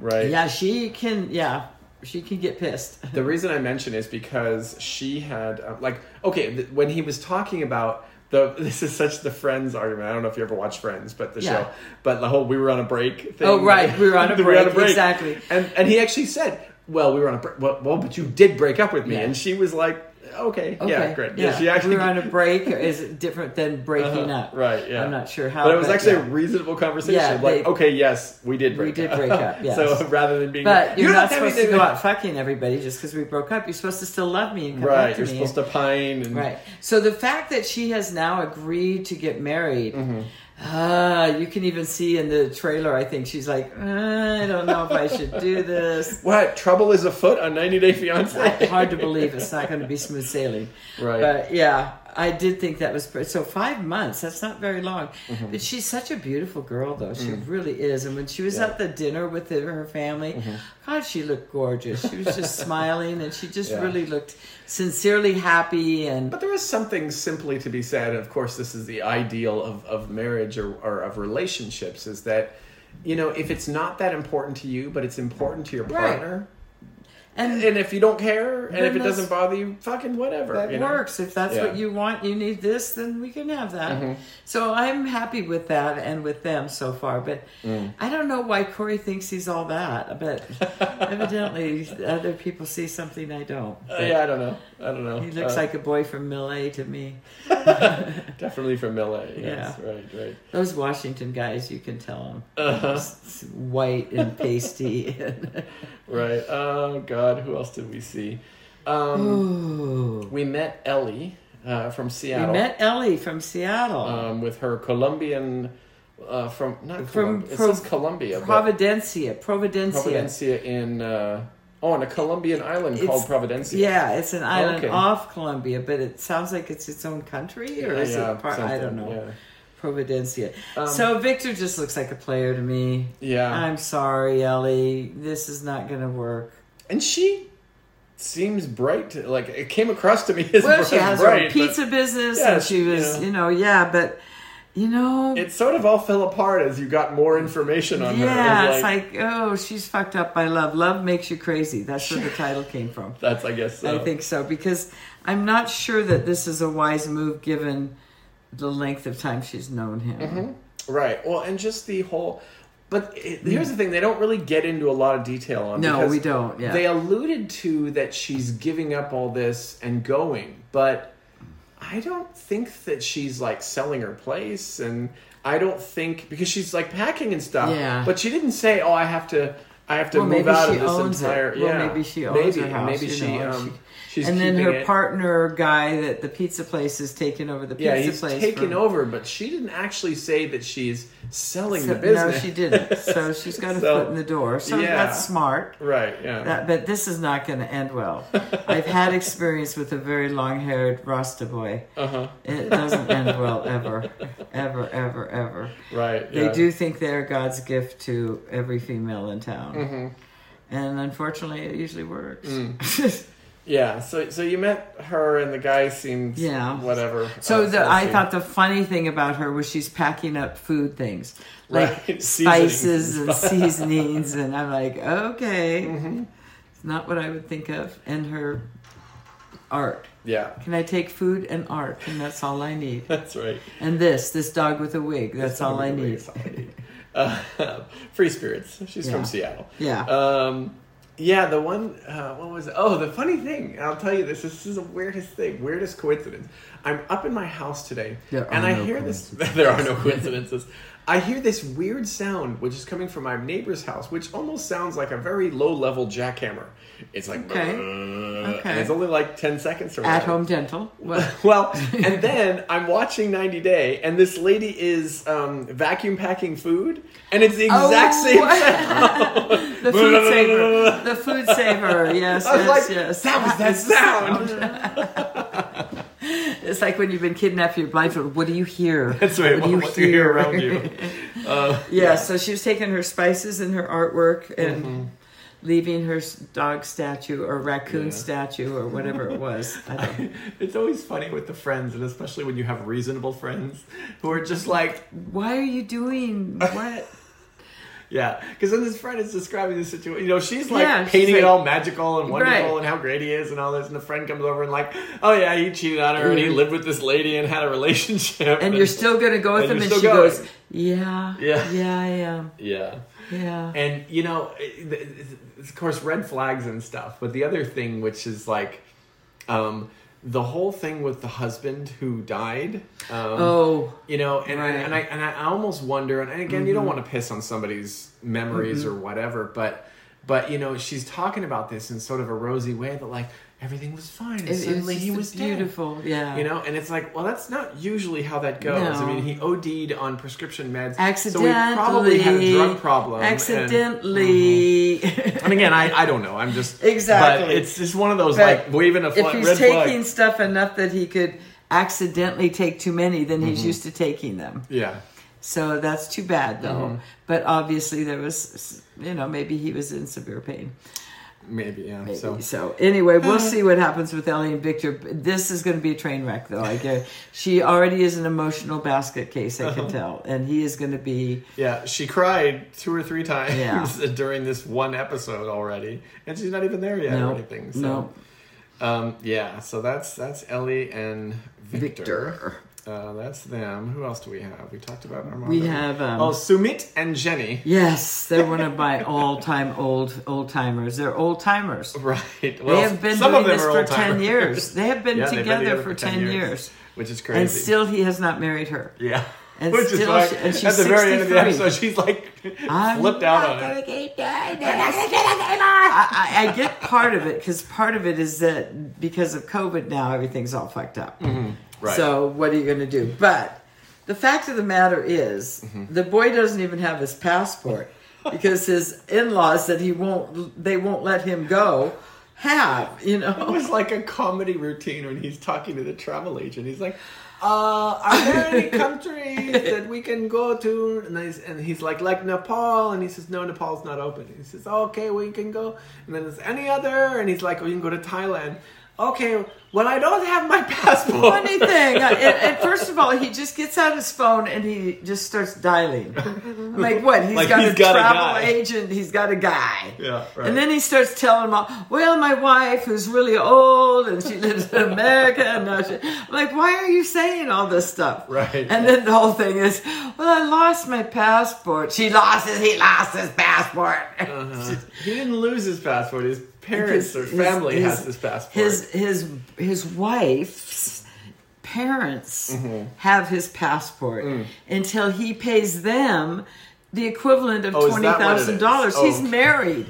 Speaker 1: right.
Speaker 2: yeah, she can. Yeah, she can get pissed.
Speaker 1: The reason I mention is because she had um, like okay th- when he was talking about the this is such the Friends argument. I don't know if you ever watched Friends, but the
Speaker 2: Yeah.
Speaker 1: show, but the whole we were on a break thing.
Speaker 2: Oh, right, we were on a break, exactly.
Speaker 1: And and he actually said, "Well, we were on a break. Well, well but you did break up with me,"
Speaker 2: Yeah.
Speaker 1: and she was like, "Okay, yeah, great." Yeah, she
Speaker 2: we're on a break. Or is it different than breaking
Speaker 1: Uh-huh,
Speaker 2: up?
Speaker 1: Right. Yeah.
Speaker 2: I'm not sure how.
Speaker 1: But it was actually
Speaker 2: yeah.
Speaker 1: a reasonable conversation.
Speaker 2: Yeah,
Speaker 1: like,
Speaker 2: they-
Speaker 1: okay, yes, we did break
Speaker 2: did
Speaker 1: up.
Speaker 2: break up, yes.
Speaker 1: so rather than being,
Speaker 2: But you're, not,
Speaker 1: having
Speaker 2: supposed to go out fucking everybody just because we broke up. You're supposed to still love me and come back
Speaker 1: Right.
Speaker 2: to
Speaker 1: You're
Speaker 2: me.
Speaker 1: supposed to pine and
Speaker 2: Right. So the fact that she has now agreed to get married,
Speaker 1: Mm-hmm.
Speaker 2: ah, you can even see in the trailer, I think she's like, "Uh, I don't know if I should do this.
Speaker 1: What trouble is afoot on 90 Day Fiance?
Speaker 2: Hard to believe it's not going to be smooth sailing.
Speaker 1: Right.
Speaker 2: But yeah, I did think that was pretty. So five months, that's not very long.
Speaker 1: Mm-hmm.
Speaker 2: But she's such a beautiful girl, though. She really is. And when she was
Speaker 1: Mm. Yeah. Mm-hmm.
Speaker 2: at the dinner with her- her family, God, she looked gorgeous. She was just smiling and she just
Speaker 1: Yeah.
Speaker 2: really looked sincerely happy and.
Speaker 1: But there is something simply to be said. and Of course, this is the ideal of, of marriage or, or of relationships is that, you know, if it's not that important to you, but it's important to your
Speaker 2: Right.
Speaker 1: partner,
Speaker 2: and
Speaker 1: and if you don't care, and
Speaker 2: Then
Speaker 1: if it
Speaker 2: that's-
Speaker 1: doesn't bother you, fucking whatever.
Speaker 2: that
Speaker 1: you know?
Speaker 2: works. If that's what
Speaker 1: Yeah. Mm-hmm.
Speaker 2: you want, you need this, then we can have that. So I'm happy with that and with them so far. But
Speaker 1: Mm.
Speaker 2: I don't know why Corey thinks he's all that. But evidently, other people see something I don't.
Speaker 1: Uh, yeah, I don't know. I don't know.
Speaker 2: He looks
Speaker 1: Uh,
Speaker 2: like a boy from Millet to me.
Speaker 1: definitely from LA. Yes,
Speaker 2: Yeah.
Speaker 1: Right, right.
Speaker 2: Those Washington guys, you can tell them
Speaker 1: Uh-huh.
Speaker 2: It's white and pasty.
Speaker 1: Right. Oh, God. Who else did we see? Um,
Speaker 2: Ooh.
Speaker 1: we met Ellie uh, from
Speaker 2: Mm. We
Speaker 1: Seattle.
Speaker 2: met Ellie from Seattle.
Speaker 1: um, with her Colombian uh, from not
Speaker 2: From-
Speaker 1: from it
Speaker 2: from
Speaker 1: says Colombia, but
Speaker 2: Providencia, Providencia.
Speaker 1: Providencia in uh, oh, on a Colombian island
Speaker 2: It's-
Speaker 1: called Providencia.
Speaker 2: Yeah, it's an island
Speaker 1: Oh, Okay.
Speaker 2: off Colombia, but it sounds like it's its own country, or is
Speaker 1: Yeah,
Speaker 2: it part? I
Speaker 1: something,
Speaker 2: don't know.
Speaker 1: yeah.
Speaker 2: Providencia.
Speaker 1: Um,
Speaker 2: so Victor just looks like a player to me.
Speaker 1: Yeah.
Speaker 2: I'm sorry, Ellie. This is not going to work.
Speaker 1: and she seems bright. to- Like it came across to me as
Speaker 2: Well,
Speaker 1: bright,
Speaker 2: she has
Speaker 1: bright,
Speaker 2: her
Speaker 1: but
Speaker 2: pizza business,
Speaker 1: Yeah,
Speaker 2: and she
Speaker 1: you
Speaker 2: was,
Speaker 1: know.
Speaker 2: you know, yeah, but you know,
Speaker 1: It sort of all fell apart as you got more information on
Speaker 2: yeah,
Speaker 1: her. It was
Speaker 2: it's like, oh, she's fucked up by love. Love makes you crazy. That's where the title came from.
Speaker 1: that's I guess uh, so.
Speaker 2: I think so because I'm not sure that this is a wise move given the length of time she's known him.
Speaker 1: right. Well, and just the whole. But it, here's the thing: they don't really get into a lot of detail on.
Speaker 2: No,
Speaker 1: because
Speaker 2: we don't, yeah.
Speaker 1: They alluded to that she's giving up all this and going, but I don't think that she's like selling her place, and I don't think because she's like packing and stuff.
Speaker 2: Yeah.
Speaker 1: But she didn't say, "Oh, I have to." I have to
Speaker 2: Well,
Speaker 1: move
Speaker 2: maybe
Speaker 1: out
Speaker 2: she
Speaker 1: of this
Speaker 2: owns it.
Speaker 1: entire.
Speaker 2: Well,
Speaker 1: Yeah,
Speaker 2: maybe she owns
Speaker 1: maybe,
Speaker 2: her house,
Speaker 1: Maybe
Speaker 2: you
Speaker 1: she,
Speaker 2: know, and
Speaker 1: um,
Speaker 2: she-
Speaker 1: she She's
Speaker 2: and then
Speaker 1: keeping
Speaker 2: her
Speaker 1: it-
Speaker 2: partner guy that the pizza place is taking over the pizza
Speaker 1: yeah, he's
Speaker 2: place.
Speaker 1: taken
Speaker 2: from-
Speaker 1: over, but she didn't actually say that she's selling
Speaker 2: So-
Speaker 1: the business.
Speaker 2: No, she didn't. So she's got a
Speaker 1: So,
Speaker 2: foot in the door. So
Speaker 1: yeah.
Speaker 2: that's smart.
Speaker 1: Right. Yeah.
Speaker 2: That, but this is not going to end well. I've had experience with a very long-haired Rasta boy.
Speaker 1: uh-huh.
Speaker 2: It doesn't end well ever, ever, ever, ever.
Speaker 1: Right.
Speaker 2: They
Speaker 1: yeah.
Speaker 2: do think they're God's gift to every female in town, and unfortunately, it usually works. Mm.
Speaker 1: Yeah. So so you met her and the guy seemed
Speaker 2: Yeah.
Speaker 1: whatever.
Speaker 2: So
Speaker 1: Uh,
Speaker 2: the, Oh, I
Speaker 1: seemed-
Speaker 2: thought the funny thing about her was she's packing up food things, like
Speaker 1: Right,
Speaker 2: spices
Speaker 1: seasonings.
Speaker 2: and seasonings, and I'm like, okay, it's not what I would think of. And her art.
Speaker 1: Yeah.
Speaker 2: Can I take food and art, and that's all I need.
Speaker 1: That's right.
Speaker 2: And this, this dog with a wig, that's all I need.
Speaker 1: That's all I need. Uh, Free Spirits. She's
Speaker 2: Yeah.
Speaker 1: from Seattle.
Speaker 2: Yeah.
Speaker 1: Um, yeah, the one, uh, what was it? Oh, the funny thing, I'll tell you this, this is the weirdest thing, weirdest coincidence. I'm up in my house today,
Speaker 2: There
Speaker 1: and
Speaker 2: are
Speaker 1: I
Speaker 2: no
Speaker 1: hear this, there are no coincidences. I hear this weird sound, which is coming from my neighbor's house, which almost sounds like a very low level jackhammer. It's like,
Speaker 2: Okay.
Speaker 1: "Brrrr,"
Speaker 2: Okay.
Speaker 1: and it's only like 10 seconds or
Speaker 2: At
Speaker 1: whatever.
Speaker 2: home dental. What?
Speaker 1: Well, and then I'm watching 90 Day, and this lady is um, vacuum packing food, and it's the exact same sound.
Speaker 2: Oh, the food saver. The food saver. Yes,
Speaker 1: I was
Speaker 2: yes,
Speaker 1: like,
Speaker 2: yes.
Speaker 1: that was that
Speaker 2: is the
Speaker 1: sound.
Speaker 2: It's like when you've been kidnapped, you're blindfolded. What do you hear?
Speaker 1: That's right. What, what do you hear around you? Uh,
Speaker 2: Yeah, so she was taking her spices and her artwork and
Speaker 1: Mm-hmm.
Speaker 2: leaving her s- dog statue or raccoon
Speaker 1: Yeah.
Speaker 2: statue or whatever it was. I don't
Speaker 1: it's always funny with the friends, and especially when you have reasonable friends who are just like,
Speaker 2: Why are you doing what?
Speaker 1: yeah. Because then this friend is describing the situation. You know, she's like
Speaker 2: Yeah, she's
Speaker 1: painting it
Speaker 2: like-
Speaker 1: all magical and wonderful
Speaker 2: Right.
Speaker 1: and how great he is and all this, and the friend comes over and like, oh yeah, he cheated on her and he
Speaker 2: Mhm.
Speaker 1: lived with this lady and had a relationship.
Speaker 2: And you're still going to go with
Speaker 1: And you're
Speaker 2: them? And
Speaker 1: Mm. still
Speaker 2: she
Speaker 1: going.
Speaker 2: goes, Yeah,
Speaker 1: Yeah.
Speaker 2: yeah, yeah, I am.
Speaker 1: yeah.
Speaker 2: Yeah.
Speaker 1: And you know, it- it- it's- of course, red flags and stuff. But the other thing, which is like, um, the whole thing with the husband who died. Um,
Speaker 2: oh,
Speaker 1: You know, and I,
Speaker 2: Right.
Speaker 1: and I and I almost wonder. And again, you
Speaker 2: Mm-hmm.
Speaker 1: don't want to piss on somebody's memories or whatever, but but you know, she's talking about this in sort of a rosy way that like everything was fine. And
Speaker 2: it,
Speaker 1: suddenly he was dead.
Speaker 2: beautiful. Yeah.
Speaker 1: You know, and it's like, well, that's not usually how that goes. I
Speaker 2: No.
Speaker 1: mean, he OD'd on prescription meds,
Speaker 2: accidentally.
Speaker 1: so he probably had a drug problem. and- mm-hmm.
Speaker 2: Accidentally.
Speaker 1: and again, I, I don't know. I'm just
Speaker 2: Exactly.
Speaker 1: But it's just one of those
Speaker 2: But
Speaker 1: like waving a
Speaker 2: if
Speaker 1: flag,
Speaker 2: he's
Speaker 1: red
Speaker 2: taking
Speaker 1: flag.
Speaker 2: stuff enough that he could accidentally take too many, then he's
Speaker 1: Mm-hmm.
Speaker 2: used to taking them.
Speaker 1: Yeah,
Speaker 2: So that's too bad, though.
Speaker 1: Mm-hmm.
Speaker 2: But obviously, there was, you know, maybe he was in severe pain.
Speaker 1: maybe. Yeah.
Speaker 2: Maybe.
Speaker 1: So
Speaker 2: So. anyway, we'll Mm-hmm. see what happens with Ellie and Victor. This is going to be a train wreck, though. I guess she already is an emotional basket case. I
Speaker 1: Uh-huh.
Speaker 2: can tell, and he is going to be.
Speaker 1: yeah, she cried two or three times
Speaker 2: Yeah.
Speaker 1: during this one episode already, and she's not even there yet
Speaker 2: No,
Speaker 1: or anything. So,
Speaker 2: no,
Speaker 1: um, yeah. So that's that's Ellie and Victor.
Speaker 2: Victor.
Speaker 1: Uh, that's them. Who else do we have? We talked about Armando.
Speaker 2: We have um,
Speaker 1: oh Sumit and Jenny.
Speaker 2: Yes, they're one of my all-time old old timers. They're old timers.
Speaker 1: Right. Well,
Speaker 2: They have been
Speaker 1: some
Speaker 2: doing
Speaker 1: of them
Speaker 2: this
Speaker 1: are
Speaker 2: for
Speaker 1: old-timers.
Speaker 2: ten years. They have been,
Speaker 1: Yeah, they've
Speaker 2: together, for ten, years.
Speaker 1: which is crazy.
Speaker 2: and still he has not married her.
Speaker 1: Yeah.
Speaker 2: And
Speaker 1: Which is
Speaker 2: still
Speaker 1: why
Speaker 2: she- and
Speaker 1: at
Speaker 2: she's
Speaker 1: the very end of the
Speaker 2: 63.
Speaker 1: episode, she's like
Speaker 2: I'm
Speaker 1: flipped out
Speaker 2: not
Speaker 1: on
Speaker 2: gonna
Speaker 1: it.
Speaker 2: keep doing this. I, I, I get part of it because part of it is that because of COVID now everything's all fucked up.
Speaker 1: Right.
Speaker 2: So what are you going to do? But the fact of the matter is, the boy doesn't even have his passport because his in-laws that he won't they won't let him go have you
Speaker 1: It
Speaker 2: know.
Speaker 1: was like a comedy routine when he's talking to the travel agent. He's like, uh, "Are there any countries that we can go to?" And he's, and he's like, "Like Nepal," and he says, "No, Nepal's not open." He says, "Okay, we can go." And then there's any other, and he's like, "We can go to Thailand." Okay, well, I don't have my passport.
Speaker 2: Funny thing, I- and, and first of all, he just gets out his phone and he just starts dialing. I'm like, what? He's
Speaker 1: Like
Speaker 2: got
Speaker 1: he's
Speaker 2: a
Speaker 1: got a
Speaker 2: travel
Speaker 1: guy.
Speaker 2: agent. He's got a guy.
Speaker 1: Yeah, right.
Speaker 2: And then he starts telling them all, well, my wife who's really old and she lives in America. And now she, I'm like, why are you saying all this stuff?
Speaker 1: Right.
Speaker 2: And then the whole thing is, well, I lost my passport. She lost his, he lost his passport.
Speaker 1: Uh-huh. He didn't lose his passport. His parents or
Speaker 2: His-
Speaker 1: family
Speaker 2: his-
Speaker 1: has his passport.
Speaker 2: His, his, his wife's parents
Speaker 1: Mm-hmm.
Speaker 2: have his passport
Speaker 1: Mm.
Speaker 2: until he pays them the equivalent of
Speaker 1: Oh, is that what it is?
Speaker 2: $20,000.
Speaker 1: Oh,
Speaker 2: He's
Speaker 1: okay.
Speaker 2: married.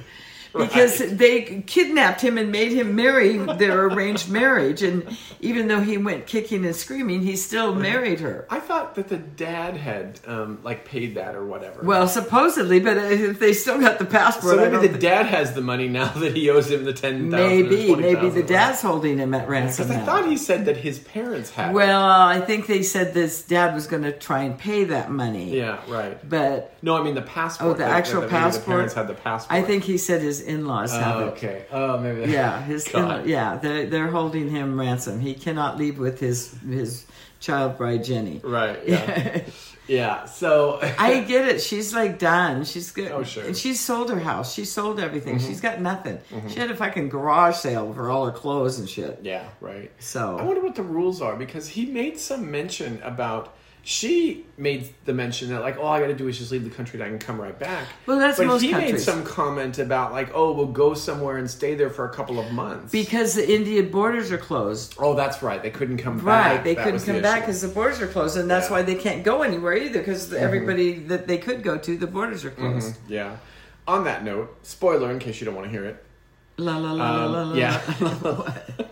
Speaker 2: because they kidnapped him and made him marry their arranged marriage. And even though he went kicking and screaming, he still
Speaker 1: Mm-hmm.
Speaker 2: married her.
Speaker 1: I thought that the dad had um, like paid that or whatever.
Speaker 2: Well, supposedly, but if they still got the passport,
Speaker 1: so
Speaker 2: I don't
Speaker 1: maybe the
Speaker 2: think-
Speaker 1: dad has the money now that he owes him the ten thousand.
Speaker 2: maybe maybe the dad's holding him at ransom.
Speaker 1: Because I
Speaker 2: now.
Speaker 1: thought he said that his parents had. it.
Speaker 2: well, I think they said this dad was going to try and pay that money.
Speaker 1: yeah, right.
Speaker 2: But
Speaker 1: No, I mean the passport.
Speaker 2: Oh, the
Speaker 1: that-
Speaker 2: actual
Speaker 1: that maybe
Speaker 2: passport?
Speaker 1: The parents had the passport.
Speaker 2: I think he said his in-laws have
Speaker 1: Oh,
Speaker 2: it.
Speaker 1: okay. Oh, maybe. That,
Speaker 2: Yeah, his
Speaker 1: God.
Speaker 2: yeah, they're, they're holding him ransom. He cannot leave with his his child bride Jenny.
Speaker 1: Right. Yeah. yeah. So.
Speaker 2: I get it. She's like done. She's good.
Speaker 1: Oh, sure. Mm-hmm.
Speaker 2: And she's sold her house. She sold everything. She's got nothing. She had a fucking garage sale for all her clothes and shit.
Speaker 1: yeah. Right. I
Speaker 2: So
Speaker 1: wonder what the rules are because he made some mention about. She made the mention that like all I got to do is just leave the country and I can come right back.
Speaker 2: Well, that's
Speaker 1: but
Speaker 2: most
Speaker 1: he made
Speaker 2: countries.
Speaker 1: some comment about like oh we'll go somewhere and stay there for a couple of months.
Speaker 2: because the Indian borders are closed.
Speaker 1: oh, that's right. They couldn't come back.
Speaker 2: Right, they
Speaker 1: That
Speaker 2: couldn't
Speaker 1: was the
Speaker 2: come back
Speaker 1: issue.
Speaker 2: because the borders are closed, and that's
Speaker 1: Yeah. Mm-hmm.
Speaker 2: why they can't go anywhere either. Because everybody that they could go to, the borders are closed.
Speaker 1: Yeah. On that note, spoiler in case you don't want to hear it.
Speaker 2: La la la la la
Speaker 1: Um,
Speaker 2: la.
Speaker 1: yeah,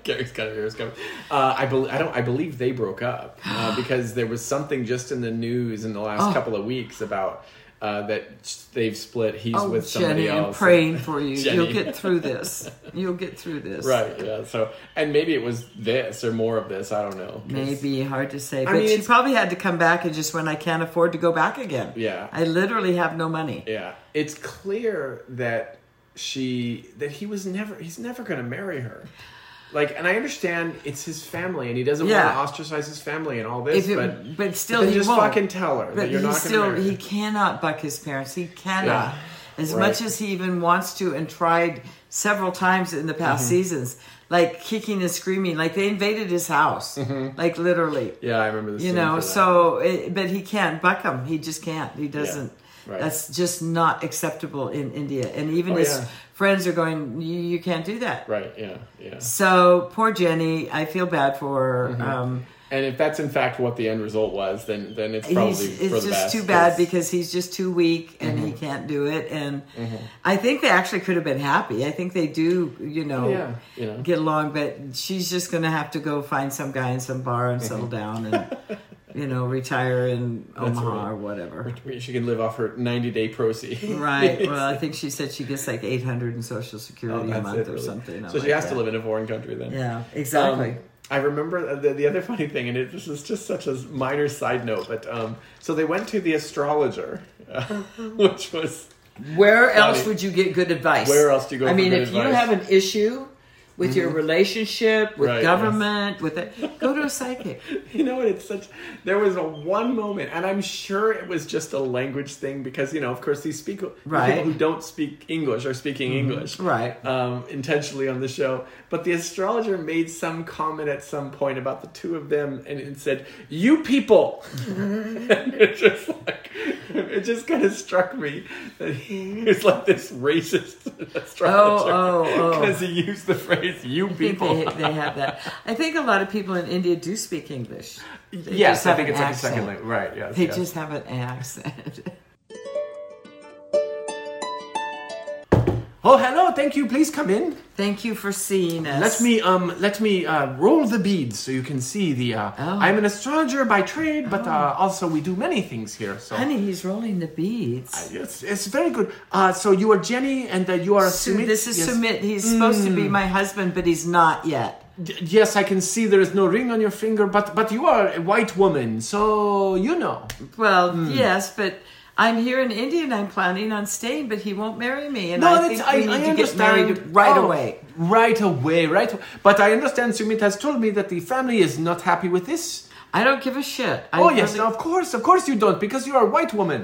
Speaker 1: Gary's got it. Gary's coming. Uh, I believe I don't. I believe they broke up uh, because there was something just in the news in the last
Speaker 2: Oh.
Speaker 1: couple of weeks about uh, that they've split. He's
Speaker 2: Oh,
Speaker 1: with somebody
Speaker 2: Jenny,
Speaker 1: else.
Speaker 2: I'm praying for you.
Speaker 1: Jenny.
Speaker 2: You'll get through this. You'll get through this.
Speaker 1: Right. Yeah. So, and maybe it was this or more of this. I don't know. 'Cause-
Speaker 2: Maybe hard to say, but
Speaker 1: mean,
Speaker 2: she
Speaker 1: it's-
Speaker 2: probably had to come back and just went. I can't afford to go back again.
Speaker 1: Yeah.
Speaker 2: I literally have no money.
Speaker 1: Yeah. It's clear that she that he was never. He's never going to marry her. Like, and I understand it's his family, and he doesn't want
Speaker 2: Yeah.
Speaker 1: to ostracize his family and all this,
Speaker 2: If it,
Speaker 1: but
Speaker 2: but, still,
Speaker 1: then
Speaker 2: he
Speaker 1: just
Speaker 2: won't.
Speaker 1: fucking tell her that
Speaker 2: but
Speaker 1: you're
Speaker 2: he
Speaker 1: not
Speaker 2: still
Speaker 1: going to
Speaker 2: he cannot buck his parents. He cannot.
Speaker 1: Yeah.
Speaker 2: As
Speaker 1: Right.
Speaker 2: much as he even wants to and tried several times in the past
Speaker 1: Mm-hmm.
Speaker 2: seasons, like kicking and screaming, like they invaded his house, like literally.
Speaker 1: Mm-hmm. Yeah, I remember this.
Speaker 2: you know so it, but he can't buck him he just can't he doesn't
Speaker 1: right.
Speaker 2: that's just not acceptable in india and even
Speaker 1: Oh,
Speaker 2: his
Speaker 1: yeah.
Speaker 2: friends are going you, you can't do that
Speaker 1: right, yeah, yeah.
Speaker 2: so poor jenny i feel bad for her
Speaker 1: Mm-hmm.
Speaker 2: um,
Speaker 1: And if that's in fact what the end result was, then then it's probably
Speaker 2: he's
Speaker 1: for
Speaker 2: it's
Speaker 1: the
Speaker 2: just
Speaker 1: best. Mm-hmm.
Speaker 2: too bad
Speaker 1: 'cause-
Speaker 2: because he's just too weak and he can't do it and
Speaker 1: Mm-hmm.
Speaker 2: i think they actually could have been happy i think they do you know,
Speaker 1: yeah, you know.
Speaker 2: get along but she's just gonna have to go find some guy in some bar and
Speaker 1: Mm-hmm.
Speaker 2: settle down and you know retire in omaha
Speaker 1: right.
Speaker 2: or whatever
Speaker 1: I mean, she can live off her ninety day proceeds.
Speaker 2: Right. Well, I think she said she gets like 800 in Social Security a
Speaker 1: Oh, That's
Speaker 2: month
Speaker 1: it,
Speaker 2: or
Speaker 1: really.
Speaker 2: something. I'm
Speaker 1: So she
Speaker 2: like,
Speaker 1: has to
Speaker 2: yeah.
Speaker 1: live in a foreign country then.
Speaker 2: Yeah, exactly.
Speaker 1: Um, I remember the, the other funny thing, and it, this is just such a minor side note, but um, so they went to the astrologer, uh, which was
Speaker 2: where else
Speaker 1: Bonnie,
Speaker 2: would you get good advice?
Speaker 1: where else do you go
Speaker 2: I
Speaker 1: for
Speaker 2: mean,
Speaker 1: good
Speaker 2: if you
Speaker 1: advice? Mm-hmm.
Speaker 2: have an issue with your relationship, with
Speaker 1: Right, yes.
Speaker 2: government, with it, go to a psychic.
Speaker 1: You know what? It's such. There was a one moment, and I'm sure it was just a language thing because you know, of course, these speak,
Speaker 2: Right. Mm-hmm.
Speaker 1: people who don't speak English are speaking English,
Speaker 2: Right.
Speaker 1: Um, intentionally on the show, but the astrologer made some comment at some point about the two of them, and it said, "You people." and it just like it just kind of struck me that he was like this racist astrologer
Speaker 2: oh, oh.
Speaker 1: because he used the phrase "you
Speaker 2: I think
Speaker 1: people."
Speaker 2: they, they have that. I think a lot of people in India do speak English. They
Speaker 1: Yes,
Speaker 2: just
Speaker 1: I
Speaker 2: have
Speaker 1: think
Speaker 2: an
Speaker 1: it's like a second
Speaker 2: accent.
Speaker 1: language, right? Yes,
Speaker 2: They
Speaker 1: yes.
Speaker 2: just have an accent.
Speaker 1: Oh, hello. Thank you. Please come in.
Speaker 2: Thank you for seeing us.
Speaker 1: Let me um let me uh, roll the beads so you can see the. Uh,
Speaker 2: Oh.
Speaker 1: I'm an astrologer by trade, but uh, also we do many things here. So
Speaker 2: Honey, he's rolling the beads.
Speaker 1: yes, it's very good. Uh, so you are Jenny, and uh, you are
Speaker 2: Su-
Speaker 1: Sumit.
Speaker 2: This is
Speaker 1: yes. Mm.
Speaker 2: Sumit. He's supposed to be my husband, but he's not yet.
Speaker 1: D- yes, I can see there is no ring on your finger, but but you are a white woman, so you know.
Speaker 2: Well,
Speaker 1: Hmm.
Speaker 2: yes, but I'm here in India and I'm planning on staying, but he won't marry me. And
Speaker 1: No,
Speaker 2: I
Speaker 1: that's,
Speaker 2: think
Speaker 1: I,
Speaker 2: we need
Speaker 1: I
Speaker 2: to
Speaker 1: understand.
Speaker 2: get married right
Speaker 1: Oh,
Speaker 2: away.
Speaker 1: Right away, right. aw- But I understand Sumit has told me that the family is not happy with this.
Speaker 2: I don't give a shit. I
Speaker 1: oh yes,
Speaker 2: really-
Speaker 1: of course, of course you don't, because you are a white woman.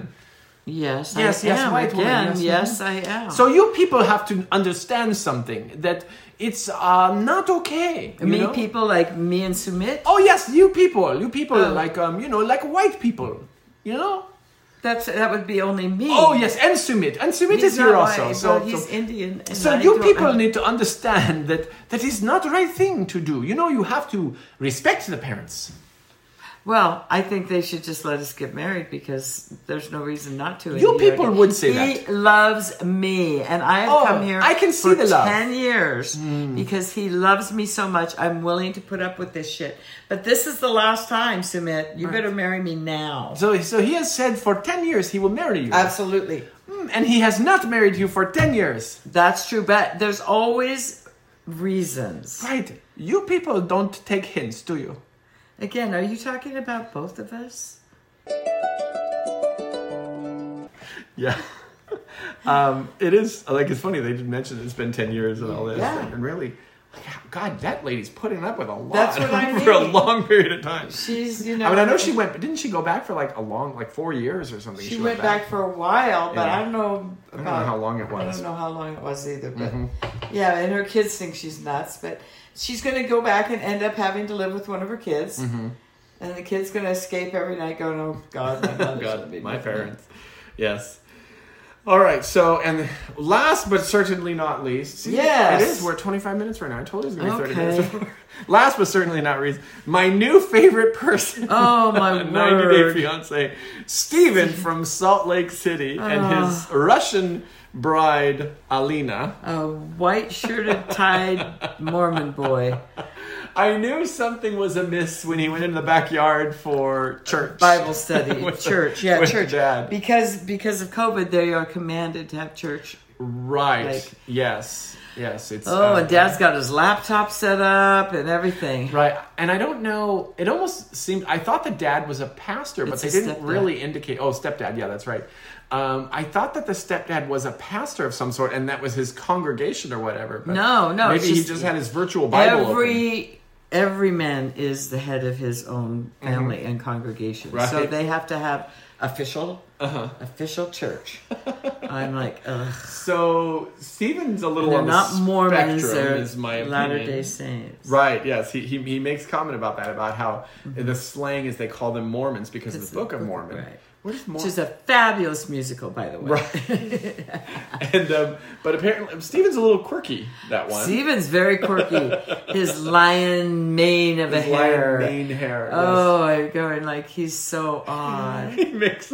Speaker 2: Yes,
Speaker 1: Yes,
Speaker 2: I
Speaker 1: yes,
Speaker 2: am.
Speaker 1: white woman,
Speaker 2: Again,
Speaker 1: yes, mm-hmm.
Speaker 2: yes, I am.
Speaker 1: So you people have to understand something that it's uh, not okay. You
Speaker 2: me
Speaker 1: know?
Speaker 2: people like me and Sumit.
Speaker 1: Oh yes, you people, you people
Speaker 2: Oh.
Speaker 1: like um, you know, like white people, you know.
Speaker 2: That's that would be only me.
Speaker 1: Oh yes, and Sumit, and Sumit
Speaker 2: He's
Speaker 1: is
Speaker 2: not
Speaker 1: here
Speaker 2: my-
Speaker 1: also. so,
Speaker 2: well, he's
Speaker 1: so,
Speaker 2: Indian. and
Speaker 1: so
Speaker 2: I
Speaker 1: you
Speaker 2: don't-
Speaker 1: people
Speaker 2: I-
Speaker 1: need to understand that that is not the right thing to do. You know, you have to respect the parents.
Speaker 2: Well, I think they should just let us get married because there's no reason not to. in
Speaker 1: You
Speaker 2: New York.
Speaker 1: people would say
Speaker 2: he loves me, and I have
Speaker 1: Oh,
Speaker 2: come here.
Speaker 1: I can see
Speaker 2: for
Speaker 1: the love. Hmm.
Speaker 2: ten years because he loves me so much. I'm willing to put up with this shit. But this is the last time, Sumit. You better marry me now.
Speaker 1: So, so he has said for 10 years he will marry you.
Speaker 2: Absolutely,
Speaker 1: Mm, and he has not married you for 10 years.
Speaker 2: that's true. But there's always reasons.
Speaker 1: Right. You people don't take hints, do you?
Speaker 2: Again, are you talking about both of us?
Speaker 1: Yeah. um, it is, like, it's funny they did mention it's been 10 years and all this.
Speaker 2: Yeah.
Speaker 1: And really, like, God, that lady's putting up with a lot
Speaker 2: That's what I
Speaker 1: for a
Speaker 2: mean.
Speaker 1: long period of time.
Speaker 2: She's, you know.
Speaker 1: I mean, I know she went, but didn't she go back for like a long, like four years or something?
Speaker 2: She, went back. for a while, but
Speaker 1: Yeah.
Speaker 2: I don't know
Speaker 1: I
Speaker 2: about
Speaker 1: don't know how long it
Speaker 2: I
Speaker 1: was. Mm-hmm.
Speaker 2: don't know how long it was either, but yeah, and her kids think she's nuts, but she's going to go back and end up having to live with one of her kids,
Speaker 1: Mm-hmm.
Speaker 2: and the kid's going to escape every night, going, "Oh God, my mother shouldn't be
Speaker 1: God, my
Speaker 2: with me."
Speaker 1: parents. Yes. All right. So, and last but certainly not least, see,
Speaker 2: Yes.
Speaker 1: it is. We're 25 minutes right now. I told you it was going to be 30
Speaker 2: Okay.
Speaker 1: minutes. last but certainly not least, my new favorite person.
Speaker 2: Oh my
Speaker 1: 90 Day
Speaker 2: word!
Speaker 1: Fiance, Steven from Salt Lake City and
Speaker 2: Ah.
Speaker 1: his Russian bride, Alina.
Speaker 2: A white shirted, tied Mormon boy
Speaker 1: I knew something was amiss when he went into the backyard for church.
Speaker 2: Bible study
Speaker 1: With-
Speaker 2: church, yeah,
Speaker 1: with
Speaker 2: church.
Speaker 1: Dad.
Speaker 2: Because because of COVID, they are commanded to have church
Speaker 1: Right.
Speaker 2: Like-
Speaker 1: yes. Yes. It's
Speaker 2: Oh,
Speaker 1: uh,
Speaker 2: and Dad's got his laptop set up and everything.
Speaker 1: Right. And I don't know. It almost seemed. I thought the dad was a pastor, but
Speaker 2: It's
Speaker 1: they
Speaker 2: a
Speaker 1: didn't
Speaker 2: stepdad.
Speaker 1: really indicate. Oh, stepdad. Yeah, that's right. Um, I thought that the stepdad was a pastor of some sort, and that was his congregation or whatever. But
Speaker 2: No, no,
Speaker 1: Maybe
Speaker 2: it's
Speaker 1: he
Speaker 2: just-
Speaker 1: just had his virtual Bible. open.
Speaker 2: every every man is the head of his own family and congregation, so
Speaker 1: Mm-hmm. Right. Uh-huh.
Speaker 2: they have to have official official church. I'm like, ugh.
Speaker 1: So Stephen's a little
Speaker 2: They're
Speaker 1: on the
Speaker 2: not Mormons;
Speaker 1: spectrum,
Speaker 2: they're
Speaker 1: is my opinion.
Speaker 2: Latter Day Saints.
Speaker 1: Right. Yes. He, he he makes comment about that about how the slang is they call them Mormons because of
Speaker 2: Mm-hmm. It's
Speaker 1: the Book of
Speaker 2: the-
Speaker 1: Mormon.
Speaker 2: right.
Speaker 1: What is
Speaker 2: Which
Speaker 1: Mormon?
Speaker 2: is a fabulous musical, by the way.
Speaker 1: and um, but apparently Steven's a little quirky that one.
Speaker 2: Steven's very quirky. His lion mane of a
Speaker 1: His lion
Speaker 2: hair.
Speaker 1: mane hair. yes.
Speaker 2: Oh, I'm going like he's so odd.
Speaker 1: He makes.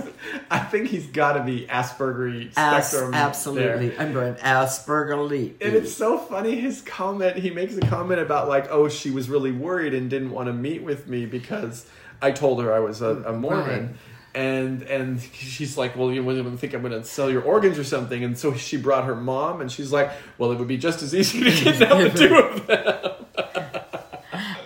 Speaker 1: I think he's got to be Asperger
Speaker 2: As-
Speaker 1: spectrum.
Speaker 2: absolutely.
Speaker 1: there.
Speaker 2: I'm going Asperger leap.
Speaker 1: And it's so funny his comment. He makes a comment about like, oh, she was really worried and didn't want to meet with me because I told her I was a, a Mormon.
Speaker 2: Right.
Speaker 1: And and she's like, well, you wouldn't think I'm going to sell your organs or something. And so she brought her mom, and she's like, well, it would be just as easy to kidnap the two of them.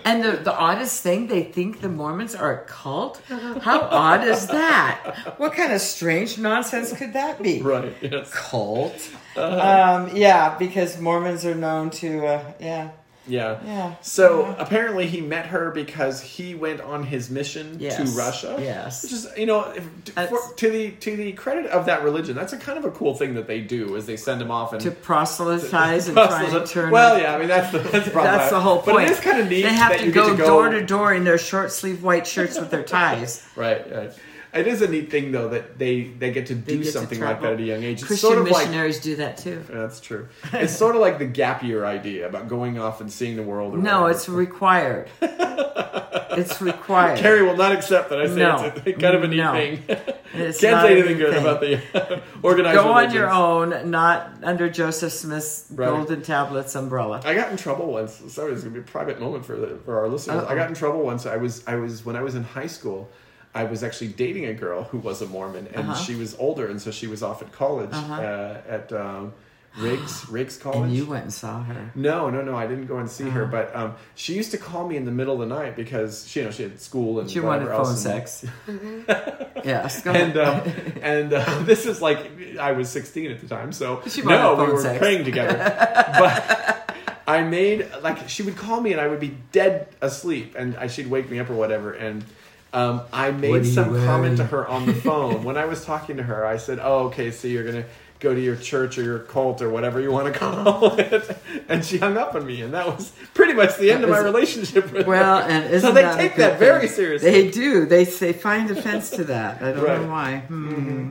Speaker 2: And the, the oddest thing, they think the Mormons are a cult. How odd is that? What kind of strange nonsense could that be?
Speaker 1: Right. Uh-huh. Yes.
Speaker 2: Cult. Um, yeah, because Mormons are known to, uh, yeah.
Speaker 1: Yeah.
Speaker 2: Yeah.
Speaker 1: So apparently he met her because he went on his mission to
Speaker 2: Yes.
Speaker 1: Russia.
Speaker 2: Yes.
Speaker 1: Which is you know if,
Speaker 2: That's-
Speaker 1: for, to the to the credit of that religion, that's a kind of a cool thing that they do is they send him off and.
Speaker 2: To proselytize and try and turn.
Speaker 1: well, yeah, I mean that's the that's, the problem.
Speaker 2: That's the whole point.
Speaker 1: But it is kind of neat.
Speaker 2: They have
Speaker 1: that
Speaker 2: to
Speaker 1: you
Speaker 2: go,
Speaker 1: get to
Speaker 2: door to door in their short sleeve white shirts with their ties.
Speaker 1: Right, right. It is a neat thing though that they they get to do
Speaker 2: get to
Speaker 1: something like that
Speaker 2: travel.
Speaker 1: at a young age. It's
Speaker 2: Christian
Speaker 1: sort of like
Speaker 2: missionaries do that too.
Speaker 1: that's true. It's sort of like the gap year idea about going off and seeing the world. Or
Speaker 2: No,
Speaker 1: whatever.
Speaker 2: it's required. it's required.
Speaker 1: Carrie will not accept that I say
Speaker 2: No.
Speaker 1: it's a, kind of a neat
Speaker 2: No.
Speaker 1: thing.
Speaker 2: It's
Speaker 1: Can't
Speaker 2: not
Speaker 1: say
Speaker 2: a
Speaker 1: anything
Speaker 2: good
Speaker 1: good
Speaker 2: thing.
Speaker 1: about the uh, organized.
Speaker 2: Go on your
Speaker 1: religions.
Speaker 2: own, not under Joseph Smith's
Speaker 1: Right.
Speaker 2: golden tablets umbrella.
Speaker 1: I got in trouble once. Sorry, it's gonna be a private moment for the, for our listeners.
Speaker 2: Uh-oh.
Speaker 1: I got in trouble once. I was I was when I was in high school. I was actually dating a girl who was a Mormon, and
Speaker 2: Uh-huh.
Speaker 1: she was older, and so she was off at college uh at um, Riggs Riggs College.
Speaker 2: And you Uh-huh. went and saw her.
Speaker 1: No, no, no. I didn't go and see her, but um, she used to call me in the middle of the night because she, you know, she had school and
Speaker 2: She
Speaker 1: whatever
Speaker 2: wanted
Speaker 1: else
Speaker 2: phone
Speaker 1: and-
Speaker 2: sex. yes, go
Speaker 1: and
Speaker 2: ahead.
Speaker 1: um, and uh, this is like I was 16 at the time, so
Speaker 2: She might
Speaker 1: no,
Speaker 2: have
Speaker 1: we
Speaker 2: phone
Speaker 1: were
Speaker 2: sex.
Speaker 1: praying together. but I made like she would call me, and I would be dead asleep, and I, she'd wake me up or whatever, and. Um, I
Speaker 2: What
Speaker 1: made
Speaker 2: are you
Speaker 1: some comment to
Speaker 2: wearing?
Speaker 1: her on the phone when I was talking to her. I said, "Oh, okay, so you're gonna go to your church or your cult or whatever you want to call it," and she hung up on me, and that was pretty much the end of my
Speaker 2: was-
Speaker 1: relationship with
Speaker 2: well,
Speaker 1: her.
Speaker 2: and isn't
Speaker 1: uh, so they
Speaker 2: that a
Speaker 1: take
Speaker 2: good
Speaker 1: that very
Speaker 2: thing?
Speaker 1: seriously.
Speaker 2: They do. They they find offense to that. I don't
Speaker 1: Right.
Speaker 2: know why. Hmm.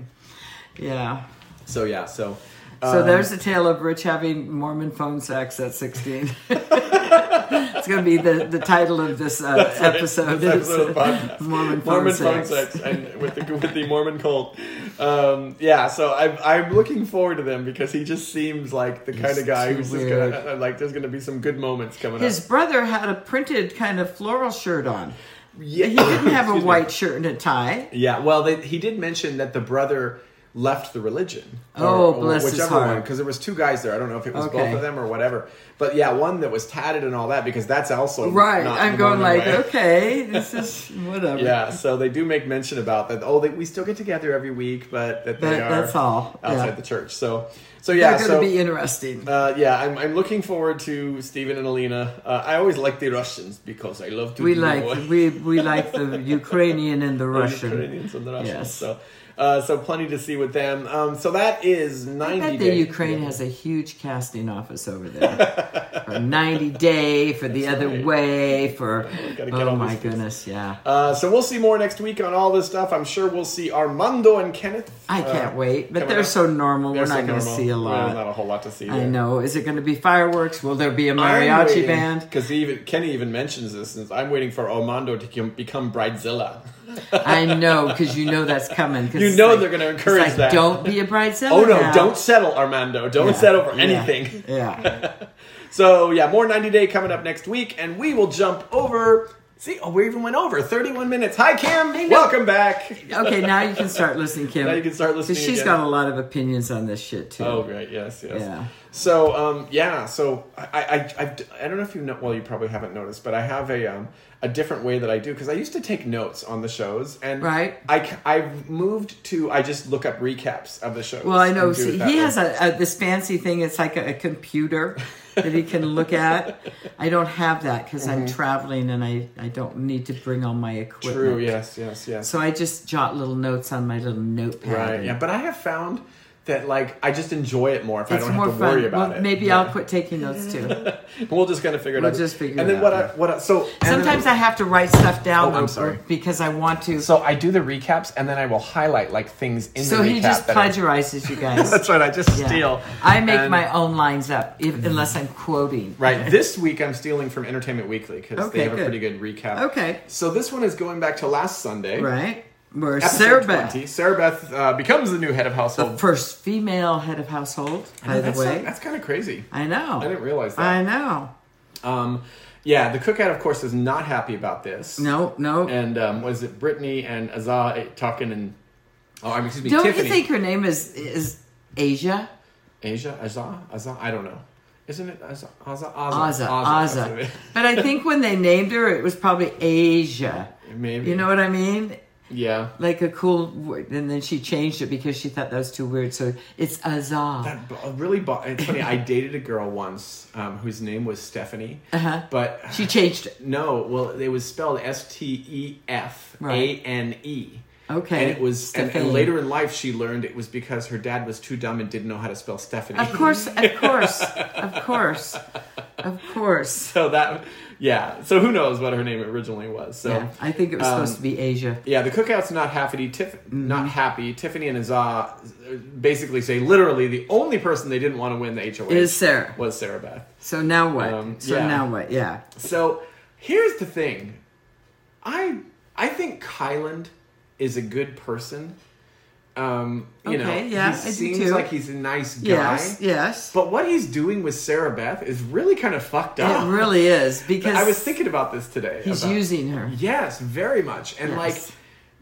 Speaker 2: Yeah.
Speaker 1: so yeah, so
Speaker 2: So
Speaker 1: um,
Speaker 2: there's the tale of Rich having Mormon phone sex at 16. It's going to be the, the title of this uh, episode.
Speaker 1: This episode
Speaker 2: is,
Speaker 1: of the podcast.
Speaker 2: Mormon, phone
Speaker 1: Mormon phone
Speaker 2: sex.
Speaker 1: sex and with the with the Mormon cult. Um, yeah, so I'm I'm looking forward to them because he just seems like the kind
Speaker 2: He's
Speaker 1: of guy
Speaker 2: too
Speaker 1: who's just
Speaker 2: weird.
Speaker 1: gonna uh, like. There's gonna be some good moments coming
Speaker 2: His
Speaker 1: up.
Speaker 2: brother had a printed kind of floral shirt on.
Speaker 1: Yeah,
Speaker 2: He didn't have a
Speaker 1: Excuse me.
Speaker 2: white shirt and a tie.
Speaker 1: Yeah, well, they, he did mention that the brother left the religion.
Speaker 2: Oh, bless his heart.
Speaker 1: Because there was two guys there. I don't know if it was
Speaker 2: Okay.
Speaker 1: both of them or whatever. But yeah, one that was tatted and all that because that's also
Speaker 2: Right.
Speaker 1: not
Speaker 2: I'm
Speaker 1: the
Speaker 2: going
Speaker 1: Mormon
Speaker 2: like,
Speaker 1: way.
Speaker 2: okay, this is whatever.
Speaker 1: Yeah, so they do make mention about that. Oh, they, we still get together every week, but that they
Speaker 2: That-
Speaker 1: are
Speaker 2: that's all.
Speaker 1: outside
Speaker 2: Yeah.
Speaker 1: the church. So, so yeah,
Speaker 2: They're going
Speaker 1: so
Speaker 2: to be interesting.
Speaker 1: uh, yeah, I'm, I'm looking forward to Stephen and Alina. Uh, I always like the Russians because I love to
Speaker 2: we
Speaker 1: know
Speaker 2: like we we like the Ukrainian and the
Speaker 1: the
Speaker 2: Russian.
Speaker 1: Ukrainians and the Russians.
Speaker 2: Yes.
Speaker 1: So, uh, so plenty to see with them. Um, so that is
Speaker 2: I
Speaker 1: 90
Speaker 2: bet
Speaker 1: day.
Speaker 2: that Ukraine has a huge casting office over there. for 90 Day, for The Other
Speaker 1: right.
Speaker 2: Way, for.
Speaker 1: gotta get
Speaker 2: Oh
Speaker 1: all
Speaker 2: my
Speaker 1: these things.
Speaker 2: goodness, yeah.
Speaker 1: Uh, so we'll see more next week on all this stuff. I'm sure we'll see Armando and Kenneth.
Speaker 2: I
Speaker 1: uh,
Speaker 2: can't wait. But
Speaker 1: coming
Speaker 2: they're
Speaker 1: up.
Speaker 2: so normal.
Speaker 1: They're
Speaker 2: We're
Speaker 1: so
Speaker 2: not going to
Speaker 1: normal.
Speaker 2: see a
Speaker 1: Well,
Speaker 2: lot.
Speaker 1: not a whole lot to see.
Speaker 2: I
Speaker 1: there.
Speaker 2: know. Is it going to be fireworks? Will there be a mariachi band?
Speaker 1: Because even Kenny even mentions this. And I'm waiting for Armando to com- become Bridezilla.
Speaker 2: I know because you know that's coming. 'cause
Speaker 1: You
Speaker 2: it's
Speaker 1: know they're gonna
Speaker 2: it's
Speaker 1: encourage
Speaker 2: like,
Speaker 1: that.
Speaker 2: Don't be a bridezilla.
Speaker 1: Oh no!
Speaker 2: now.
Speaker 1: Don't settle, Armando. Don't
Speaker 2: Yeah,
Speaker 1: settle for
Speaker 2: yeah,
Speaker 1: anything.
Speaker 2: Yeah.
Speaker 1: So yeah, more 90 Day coming up next week, and we will jump over. See, oh, we even went over 31 minutes. Hi, Cam. Welcome back.
Speaker 2: Okay, now you can start listening, Kim.
Speaker 1: Now you can start listening
Speaker 2: Because she's
Speaker 1: again.
Speaker 2: got a lot of opinions on this shit too.
Speaker 1: Oh, great. Yes, yes.
Speaker 2: Yeah.
Speaker 1: So, um, yeah. So, I, I, I, I don't know if you know. Well, you probably haven't noticed, but I have a, um, a different way that I do because I used to take notes on the shows, and
Speaker 2: Right.
Speaker 1: I, c- I've moved to I just look up recaps of the shows.
Speaker 2: Well, I know
Speaker 1: and do it
Speaker 2: see,
Speaker 1: that
Speaker 2: he
Speaker 1: way.
Speaker 2: has a, a this fancy thing. It's like a, a computer that he can look at. I don't have that because I'm traveling and I, I don't need to bring all my equipment.
Speaker 1: True. Yes. Yes. Yes.
Speaker 2: So I just jot little notes on my little notepad.
Speaker 1: right.
Speaker 2: and-
Speaker 1: Yeah. But I have found that like I just enjoy it more if I
Speaker 2: It's
Speaker 1: don't
Speaker 2: more
Speaker 1: have to
Speaker 2: fun.
Speaker 1: worry about
Speaker 2: well,
Speaker 1: it.
Speaker 2: Maybe
Speaker 1: Yeah.
Speaker 2: I'll quit taking notes too.
Speaker 1: We'll just kind of figure it
Speaker 2: We'll
Speaker 1: out.
Speaker 2: just figure
Speaker 1: And
Speaker 2: it
Speaker 1: then
Speaker 2: out,
Speaker 1: what?
Speaker 2: yeah.
Speaker 1: I, what? I, so and then-
Speaker 2: Sometimes I have to write stuff down.
Speaker 1: Oh, I'm
Speaker 2: or-
Speaker 1: sorry.
Speaker 2: Because I want to. So,
Speaker 1: So I do the recaps, and then I will highlight like things in the recap.
Speaker 2: he just
Speaker 1: that I-
Speaker 2: plagiarizes you guys.
Speaker 1: That's right. I just
Speaker 2: Yeah.
Speaker 1: steal.
Speaker 2: I make
Speaker 1: And-
Speaker 2: my own lines up if, unless I'm quoting.
Speaker 1: Right. This week I'm stealing from Entertainment Weekly because they
Speaker 2: Okay,
Speaker 1: have a
Speaker 2: good.
Speaker 1: pretty good recap.
Speaker 2: Okay.
Speaker 1: So this one is going back to last Sunday.
Speaker 2: Right. Where
Speaker 1: Episode
Speaker 2: Sarah
Speaker 1: 20.
Speaker 2: Beth,
Speaker 1: Sarah Beth uh, becomes the new head of
Speaker 2: the
Speaker 1: household.
Speaker 2: first female head of household, by the
Speaker 1: that's
Speaker 2: way.
Speaker 1: that's kind of crazy.
Speaker 2: I know.
Speaker 1: I didn't realize that.
Speaker 2: I know.
Speaker 1: Um, yeah, the cookout, of course, is not happy about this.
Speaker 2: No, no.
Speaker 1: And um, was it Brittany and Azah eh, talking and oh, I'm excuse me,
Speaker 2: Don't
Speaker 1: Tiffany,
Speaker 2: you think her name is is Asia?
Speaker 1: Asia, Azah, Azah? I don't know. Isn't it Azah? Azah,
Speaker 2: Aza,
Speaker 1: Azah,
Speaker 2: Aza. but I think when they named her, it was probably Asia.
Speaker 1: Maybe.
Speaker 2: You know what I mean?
Speaker 1: Yeah.
Speaker 2: like a cool word, and then she changed it because she thought that was too weird. So it's Azar.
Speaker 1: That bo- uh, really, bo- it's funny. I dated a girl once um, whose name was Stephanie,
Speaker 2: Uh-huh.
Speaker 1: but
Speaker 2: She changed it.
Speaker 1: no, well, it was spelled S T E F A
Speaker 2: Right.
Speaker 1: N E.
Speaker 2: Okay,
Speaker 1: and it was, and, and
Speaker 2: Stephanie.
Speaker 1: later in life, she learned it was because her dad was too dumb and didn't know how to spell Stephanie.
Speaker 2: Of course, of course, of course, of course.
Speaker 1: so that, yeah. So who knows what her name originally was? So
Speaker 2: Yeah, I think it was
Speaker 1: um,
Speaker 2: supposed to be Asia.
Speaker 1: Yeah, the cookout's not happy. Tiff,
Speaker 2: Mm-hmm.
Speaker 1: not happy. Tiffany and Azah basically say literally the only person they didn't want to win the HOH
Speaker 2: Is Sarah.
Speaker 1: was Sarah Beth.
Speaker 2: So now what?
Speaker 1: um,
Speaker 2: so
Speaker 1: yeah.
Speaker 2: now what? Yeah.
Speaker 1: So here's the thing, I I think Kyland is a good person. Um, you
Speaker 2: Okay,
Speaker 1: know,
Speaker 2: yeah, I
Speaker 1: he
Speaker 2: do
Speaker 1: seems
Speaker 2: too.
Speaker 1: like he's a nice guy.
Speaker 2: Yes. Yes.
Speaker 1: But what he's doing with Sarah Beth is really kind of fucked up.
Speaker 2: It really is because
Speaker 1: I was thinking about this today.
Speaker 2: he's
Speaker 1: about-
Speaker 2: using her.
Speaker 1: Yes, very much. And
Speaker 2: Yes.
Speaker 1: like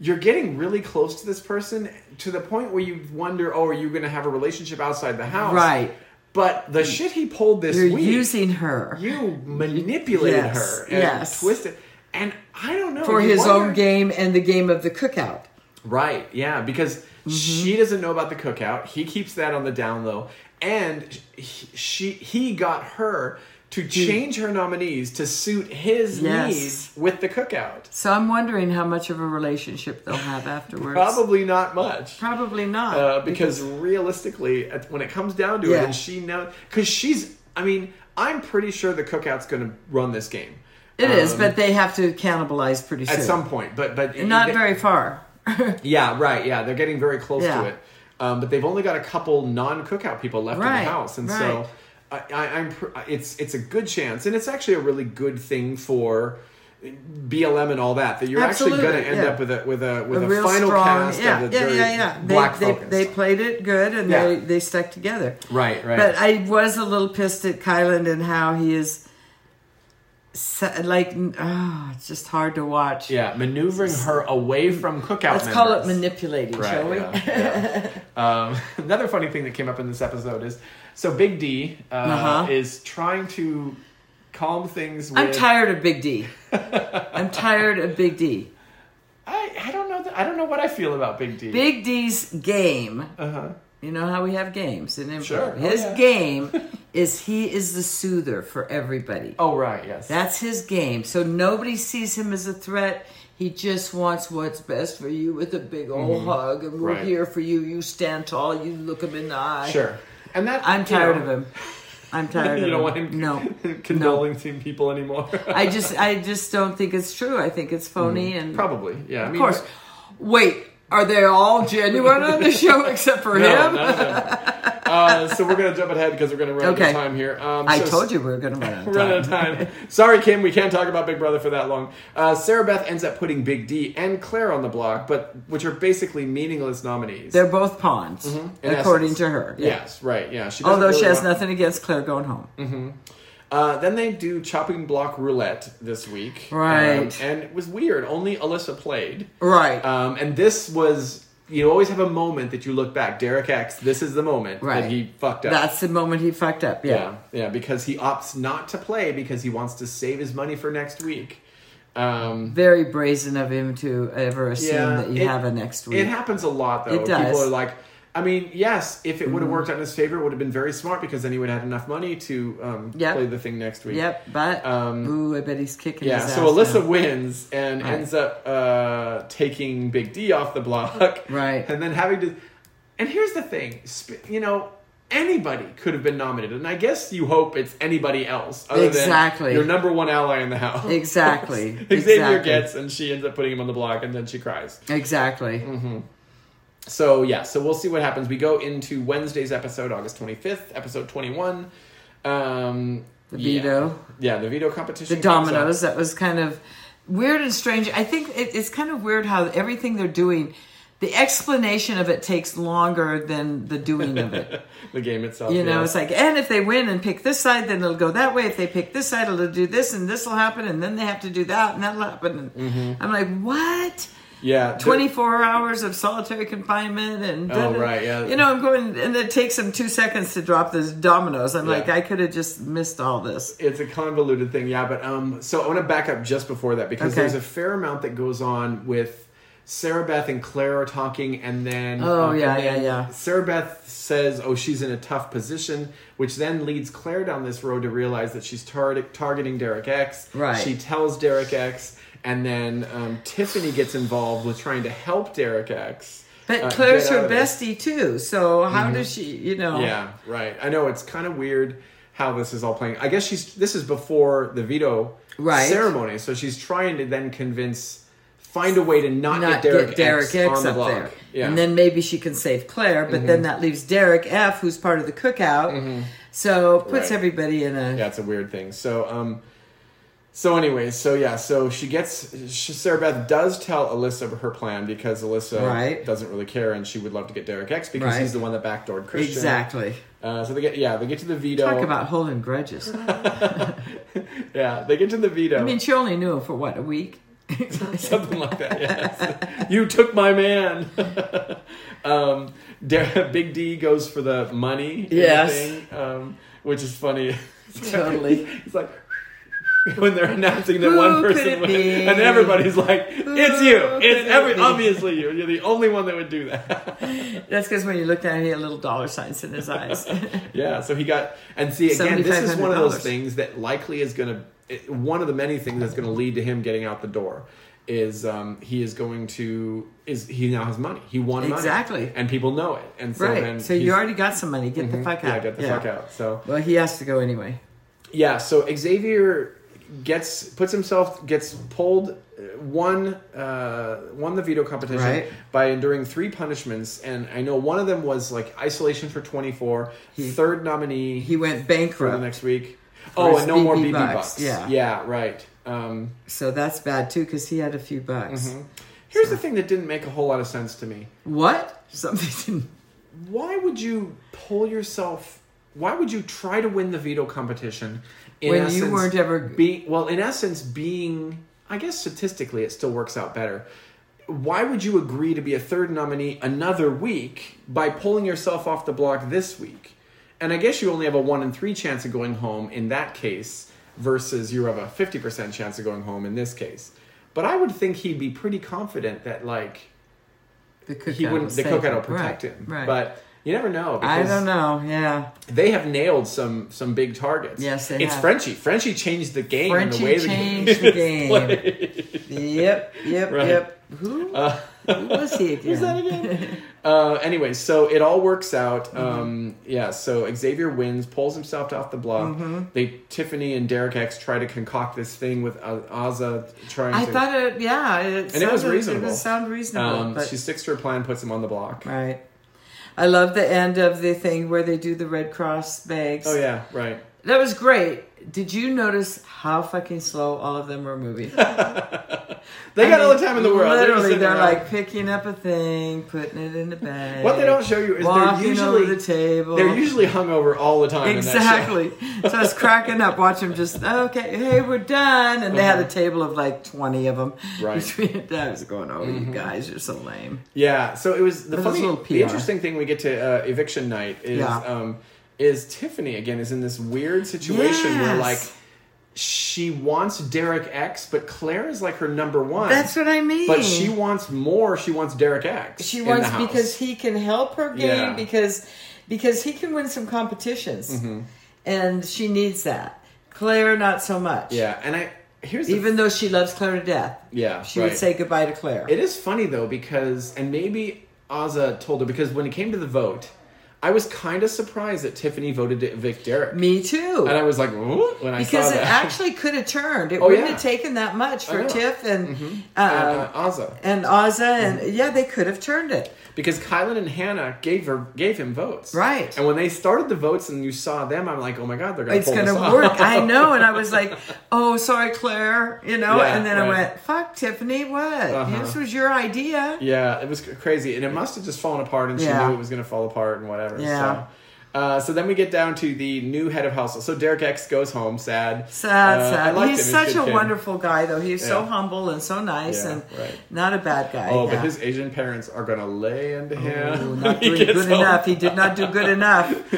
Speaker 1: you're getting really close to this person to the point where you wonder, oh, are you going to have a relationship outside the house?
Speaker 2: Right. Mm.
Speaker 1: But the shit he pulled this
Speaker 2: You're
Speaker 1: week,
Speaker 2: using her
Speaker 1: you manipulated
Speaker 2: Yes,
Speaker 1: her and
Speaker 2: yes.
Speaker 1: twisted. And I don't know
Speaker 2: for
Speaker 1: you
Speaker 2: his
Speaker 1: wonder-
Speaker 2: own game and the game of the cookout.
Speaker 1: Right. Yeah. Because
Speaker 2: Mm-hmm.
Speaker 1: she doesn't know about the cookout. He keeps that on the down low, and he, she he got her. To change her nominees to suit his
Speaker 2: Yes.
Speaker 1: needs with the cookout.
Speaker 2: So I'm wondering how much of a relationship they'll have afterwards.
Speaker 1: Probably not much.
Speaker 2: Probably not.
Speaker 1: Uh, because realistically, at- when it comes down to it,
Speaker 2: Yeah.
Speaker 1: and she knows, because she's, I mean, I'm pretty sure the cookout's going to run this game.
Speaker 2: It is,
Speaker 1: Um,
Speaker 2: but they have to cannibalize pretty soon.
Speaker 1: at some point, but but
Speaker 2: Not
Speaker 1: they-
Speaker 2: very far.
Speaker 1: Yeah, right. Yeah, they're getting very close
Speaker 2: Yeah.
Speaker 1: to it, um, but they've only got a couple non-cookout people left in
Speaker 2: Right,
Speaker 1: the house, and
Speaker 2: right.
Speaker 1: so I, I, I'm. pr- It's it's a good chance, and it's actually a really good thing for BLM and all that. That you're actually going
Speaker 2: Absolutely,
Speaker 1: to end
Speaker 2: yeah.
Speaker 1: up with a with a with
Speaker 2: a
Speaker 1: a,
Speaker 2: real
Speaker 1: final
Speaker 2: strong,
Speaker 1: cast
Speaker 2: yeah,
Speaker 1: of the
Speaker 2: yeah,
Speaker 1: very
Speaker 2: yeah, yeah. They,
Speaker 1: black
Speaker 2: they,
Speaker 1: focus.
Speaker 2: they played it good and
Speaker 1: Yeah.
Speaker 2: they, they stuck together.
Speaker 1: right, right.
Speaker 2: But I was a little pissed at Kylan and how he is, so- like, oh, it's just hard to watch.
Speaker 1: yeah, maneuvering her away from cookout.
Speaker 2: Let's call it
Speaker 1: members.
Speaker 2: manipulating,
Speaker 1: Right,
Speaker 2: shall we?
Speaker 1: yeah, yeah. Um, another funny thing that came up in this episode is so Big D uh,
Speaker 2: Uh-huh.
Speaker 1: is trying to calm things. With,
Speaker 2: I'm tired of Big D. I'm tired of Big D.
Speaker 1: I, I don't know. Th- I don't know what I feel about Big D.
Speaker 2: Big D's game.
Speaker 1: uh-huh.
Speaker 2: You know how we have games in improv.
Speaker 1: Sure. Oh,
Speaker 2: His
Speaker 1: yeah.
Speaker 2: game is he is the soother for everybody.
Speaker 1: Oh right, yes.
Speaker 2: That's his game. So nobody sees him as a threat. He just wants what's best for you with a big old hug, and we're
Speaker 1: Mm-hmm. Right.
Speaker 2: here for you. You stand tall. You look him in the eye.
Speaker 1: sure. And that
Speaker 2: I'm
Speaker 1: you
Speaker 2: tired
Speaker 1: know,
Speaker 2: of him. I'm tired
Speaker 1: You
Speaker 2: of
Speaker 1: don't
Speaker 2: him.
Speaker 1: want him
Speaker 2: No,
Speaker 1: condoling to people anymore.
Speaker 2: I just, I just don't think it's true. I think it's
Speaker 1: Mm-hmm.
Speaker 2: phony and
Speaker 1: Probably, yeah. I
Speaker 2: Of
Speaker 1: mean,
Speaker 2: course. Wait, are they all genuine on the show except for
Speaker 1: No,
Speaker 2: him?
Speaker 1: no, no. uh, so we're gonna jump ahead because we're gonna run out
Speaker 2: Okay.
Speaker 1: of time here. Um,
Speaker 2: I
Speaker 1: so
Speaker 2: told you we were going to run out of
Speaker 1: We're running out
Speaker 2: time.
Speaker 1: of time. Sorry, Kim, we can't talk about Big Brother for that long. Uh, Sarah Beth ends up putting Big D and Claire on the block, but which are basically meaningless nominees.
Speaker 2: They're both pawns,
Speaker 1: In
Speaker 2: according
Speaker 1: essence.
Speaker 2: to her. Yeah.
Speaker 1: Yes, right. Yeah, she. doesn't
Speaker 2: Although she
Speaker 1: really want-
Speaker 2: has
Speaker 1: Mm-hmm.
Speaker 2: nothing against Claire going home.
Speaker 1: Uh, then they do chopping block roulette this week,
Speaker 2: Right.
Speaker 1: Um, and it was weird. Only Alyssa played,
Speaker 2: Right.
Speaker 1: um, and this was. You always have a moment that you look back. Derek X, this is the moment
Speaker 2: Right.
Speaker 1: that he fucked up.
Speaker 2: That's the moment he fucked up. Yeah.
Speaker 1: Yeah, yeah, because he opts not to play because he wants to save his money for next week. Um,
Speaker 2: Very brazen of him to ever assume
Speaker 1: Yeah,
Speaker 2: that you
Speaker 1: it-
Speaker 2: have a next week.
Speaker 1: it happens a lot though.
Speaker 2: It does. Mm-hmm.
Speaker 1: People are like, I mean, yes, if it would have worked out in his favor, it would have been very smart because then he would have had enough money to um,
Speaker 2: Yep.
Speaker 1: play the thing next week.
Speaker 2: yep. But
Speaker 1: Um,
Speaker 2: ooh, I bet he's kicking.
Speaker 1: Yeah,
Speaker 2: his
Speaker 1: so
Speaker 2: ass
Speaker 1: Alyssa
Speaker 2: now.
Speaker 1: wins and
Speaker 2: Right.
Speaker 1: ends up uh, taking Big D off the block.
Speaker 2: Right.
Speaker 1: And then having to. And here's the thing sp- you know, anybody could have been nominated. And I guess you hope it's anybody else other
Speaker 2: Exactly.
Speaker 1: than your number one ally in the house.
Speaker 2: Exactly,
Speaker 1: Xavier
Speaker 2: exactly.
Speaker 1: gets, and she ends up putting him on the block, and then she cries. Mm-hmm.
Speaker 2: Exactly.
Speaker 1: So, yeah, so we'll see what happens. We go into Wednesday's episode, August 25th, episode 21. Um,
Speaker 2: The
Speaker 1: yeah.
Speaker 2: veto.
Speaker 1: Yeah, the veto competition.
Speaker 2: the
Speaker 1: comes up.
Speaker 2: dominoes that was kind of weird and strange i think it, it's kind of weird how everything they're doing the explanation of it takes longer than the doing of it
Speaker 1: The game itself.
Speaker 2: you know
Speaker 1: yeah.
Speaker 2: it's like and if they win and pick this side then it'll go that way if they pick this side it'll do this and this will happen and then they have to do that and that'll happen and
Speaker 1: Mm-hmm.
Speaker 2: i'm like what
Speaker 1: Yeah, the-
Speaker 2: 24 hours of solitary confinement and
Speaker 1: Oh, right, yeah.
Speaker 2: you know i'm going and it takes them two seconds to drop those dominoes i'm
Speaker 1: Yeah.
Speaker 2: like i could have just missed all this
Speaker 1: It's a convoluted thing, yeah. But um, so I want to back up just before that because
Speaker 2: Okay.
Speaker 1: there's a fair amount that goes on with Sarah Beth and Claire are talking, and then um,
Speaker 2: Oh,
Speaker 1: and
Speaker 2: yeah,
Speaker 1: then
Speaker 2: yeah, yeah.
Speaker 1: Sarah Beth says, "Oh, she's in a tough position," which then leads Claire down this road to realize that she's tar- targeting Derek X.
Speaker 2: Right.
Speaker 1: She tells Derek X, and then um, Tiffany gets involved with trying to help Derek X.
Speaker 2: But
Speaker 1: uh,
Speaker 2: Claire's
Speaker 1: get out
Speaker 2: her
Speaker 1: of this.
Speaker 2: bestie too, so how does she? You know,
Speaker 1: Yeah, right. I know it's kind of weird how this is all playing. I guess she's this is before the veto
Speaker 2: Right.
Speaker 1: ceremony, so she's trying to then convince, find a way to not,
Speaker 2: not
Speaker 1: get Derek,
Speaker 2: get Derek
Speaker 1: X,
Speaker 2: X,
Speaker 1: on the
Speaker 2: up
Speaker 1: block.
Speaker 2: there,
Speaker 1: Yeah, Mm-hmm.
Speaker 2: and then maybe she can save Claire. But then that leaves Derek F, who's part of the cookout, so puts
Speaker 1: Right.
Speaker 2: everybody in a
Speaker 1: yeah, it's a weird thing. So um. So, anyways, so yeah, so she gets she, Sarah Beth does tell Alyssa her plan because Alyssa
Speaker 2: Right.
Speaker 1: doesn't really care and she would love to get Derek X because
Speaker 2: Right.
Speaker 1: he's the one that backdoored Christian.
Speaker 2: exactly.
Speaker 1: Uh, so they get yeah they get to the veto.
Speaker 2: Talk about holding grudges. I
Speaker 1: yeah they get to the veto.
Speaker 2: mean, she only knew him for what a week.
Speaker 1: something like that. Yes, you took my man. um, Der- Big D goes for the money. in the
Speaker 2: Yes.
Speaker 1: thing, um, which is funny.
Speaker 2: Totally.
Speaker 1: it's like when they're announcing that one
Speaker 2: Who could
Speaker 1: person
Speaker 2: it
Speaker 1: went,
Speaker 2: be?
Speaker 1: and everybody's like, "It's you!
Speaker 2: Who could
Speaker 1: It's
Speaker 2: it
Speaker 1: every
Speaker 2: be?"
Speaker 1: obviously you. You're the only one that would do that."
Speaker 2: That's because when you looked at him, he had little dollar signs in his eyes.
Speaker 1: yeah. So he got and see again. This is one of those
Speaker 2: $7,500.
Speaker 1: things that likely is going to one of the many things that's going to lead to him getting out the door is um, he is going to is he now has money. He won money.
Speaker 2: Exactly.
Speaker 1: and people know it. And so
Speaker 2: right.
Speaker 1: then
Speaker 2: So you
Speaker 1: he's- Mm-hmm.
Speaker 2: already got some money. Get the fuck out.
Speaker 1: yeah, get the fuck out. So
Speaker 2: Well, he has to go anyway.
Speaker 1: yeah, so Xavier gets puts himself gets pulled uh, won uh, won the veto competition
Speaker 2: Right.
Speaker 1: by enduring three punishments and I know one of them was like isolation for 24 third nominee
Speaker 2: He
Speaker 1: for
Speaker 2: went
Speaker 1: the
Speaker 2: bankrupt.
Speaker 1: next week
Speaker 2: his
Speaker 1: oh and no more
Speaker 2: BB
Speaker 1: BB
Speaker 2: bucks,
Speaker 1: bucks.
Speaker 2: yeah.
Speaker 1: yeah right um,
Speaker 2: So that's bad too because he had a few
Speaker 1: Mm-hmm.
Speaker 2: bucks.
Speaker 1: here's the thing that didn't make a whole lot of sense to me
Speaker 2: What? Something.
Speaker 1: why would you pull yourself why would you try to win the veto competition in
Speaker 2: When you weren't ever-
Speaker 1: be well in essence being i guess statistically it still works out better why would you agree to be a third nominee another week by pulling yourself off the block this week and i guess you only have a 1 in 3 chance of going home in that case versus you have a 50% chance of going home in this case but i would think he'd be pretty confident that like
Speaker 2: The cookout.
Speaker 1: he wouldn't
Speaker 2: will
Speaker 1: the
Speaker 2: save
Speaker 1: cookout
Speaker 2: him.
Speaker 1: will protect
Speaker 2: Right,
Speaker 1: him
Speaker 2: Right.
Speaker 1: but you never know
Speaker 2: I
Speaker 1: because-
Speaker 2: don't know. Yeah.
Speaker 1: they have nailed some some big targets.
Speaker 2: Yes, they
Speaker 1: it's
Speaker 2: have.
Speaker 1: Frenchie. Frenchie changed the game. and the
Speaker 2: Frenchie
Speaker 1: way the
Speaker 2: changed the game.
Speaker 1: is played.
Speaker 2: Yep. Yep.
Speaker 1: Right.
Speaker 2: Yep. Who? who was he again?
Speaker 1: Is that again? uh, anyway, so it all works out.
Speaker 2: Mm-hmm.
Speaker 1: Um, yeah, so Xavier wins, pulls himself off the block.
Speaker 2: Mm-hmm.
Speaker 1: They Tiffany and Derek X try to concoct this thing with uh, Aza trying
Speaker 2: I
Speaker 1: to.
Speaker 2: thought it. Yeah. It
Speaker 1: and it was
Speaker 2: sounded-
Speaker 1: reasonable.
Speaker 2: It sound reasonable.
Speaker 1: Um,
Speaker 2: but,
Speaker 1: She sticks to her plan, puts him on the block.
Speaker 2: right. I love the end of the thing where they do the Red Cross bags.
Speaker 1: Oh yeah, right.
Speaker 2: That was great. Did you notice how fucking slow all of them were moving?
Speaker 1: They
Speaker 2: I
Speaker 1: got all
Speaker 2: mean,
Speaker 1: the time in the world. just
Speaker 2: Literally,
Speaker 1: sitting
Speaker 2: they're,
Speaker 1: around.
Speaker 2: like picking up a thing, putting it in the bag.
Speaker 1: What they don't show you is they're
Speaker 2: walking
Speaker 1: usually-
Speaker 2: over the table.
Speaker 1: they're usually hungover all the time. in that show.
Speaker 2: exactly. so I was cracking up, watching them just okay. Hey, we're done, and they had a table of like twenty of them.
Speaker 1: Uh-huh. Right. Mm-hmm.
Speaker 2: Between, I was going, oh, you guys, you're so lame.
Speaker 1: Yeah, so it was the
Speaker 2: But it was
Speaker 1: funny,
Speaker 2: a little
Speaker 1: the
Speaker 2: PR.
Speaker 1: interesting thing we get to uh, eviction night is
Speaker 2: Yeah.
Speaker 1: um, is Tiffany again is in this weird situation where
Speaker 2: Yes.
Speaker 1: like she wants Derek X, but Claire is like her number one.
Speaker 2: That's what I mean.
Speaker 1: But she wants more. She wants Derek X.
Speaker 2: She
Speaker 1: in
Speaker 2: wants
Speaker 1: the house.
Speaker 2: because he can help her game
Speaker 1: Yeah.
Speaker 2: because because he can win some competitions,
Speaker 1: Mm-hmm.
Speaker 2: and she needs that. Claire, not so much.
Speaker 1: yeah, and I here's the
Speaker 2: Even though she loves Claire to death,
Speaker 1: Yeah,
Speaker 2: she would
Speaker 1: right.
Speaker 2: say goodbye to Claire.
Speaker 1: It is funny though because and maybe Aza told her because when it came to the vote, I was kind of surprised that Tiffany voted to evict Derek,
Speaker 2: Me too.
Speaker 1: and I was like, "Ooh," when I
Speaker 2: because
Speaker 1: saw
Speaker 2: it
Speaker 1: that. Oh,
Speaker 2: actually could have turned. It wouldn't
Speaker 1: yeah.
Speaker 2: have taken that much for
Speaker 1: know.
Speaker 2: Tiff and
Speaker 1: and,
Speaker 2: uh,
Speaker 1: uh, Aza.
Speaker 2: and Ozza, and
Speaker 1: Mm-hmm.
Speaker 2: yeah, they could have turned it.
Speaker 1: because Kylan and Hannah gave her gave him votes.
Speaker 2: Right.
Speaker 1: And when they started the votes and you saw them, I'm like, oh my god, they're gonna.
Speaker 2: It's
Speaker 1: pull
Speaker 2: gonna
Speaker 1: this off.
Speaker 2: work. I know. And I was like, oh, sorry, Claire. You know.
Speaker 1: Yeah,
Speaker 2: and then I
Speaker 1: right.
Speaker 2: went, fuck, Tiffany, what?
Speaker 1: Uh-huh.
Speaker 2: This was your idea.
Speaker 1: Yeah, it was cr- crazy, and it must have just fallen apart, and she
Speaker 2: Yeah.
Speaker 1: knew it was gonna fall apart and whatever.
Speaker 2: Yeah.
Speaker 1: So. Uh, so then we get down to the new head of household. So Derek X goes home, sad.
Speaker 2: Sad,
Speaker 1: Uh, I
Speaker 2: sad.
Speaker 1: liked
Speaker 2: He's
Speaker 1: him.
Speaker 2: such
Speaker 1: good
Speaker 2: a
Speaker 1: kid.
Speaker 2: wonderful guy, though. He's so
Speaker 1: Yeah.
Speaker 2: humble and so nice,
Speaker 1: Yeah,
Speaker 2: and
Speaker 1: right.
Speaker 2: not a bad guy.
Speaker 1: Oh,
Speaker 2: yeah.
Speaker 1: but his Asian parents are gonna lay into him.
Speaker 2: Ooh,
Speaker 1: when
Speaker 2: not
Speaker 1: he
Speaker 2: doing
Speaker 1: gets
Speaker 2: good
Speaker 1: home.
Speaker 2: enough. He did not do good enough.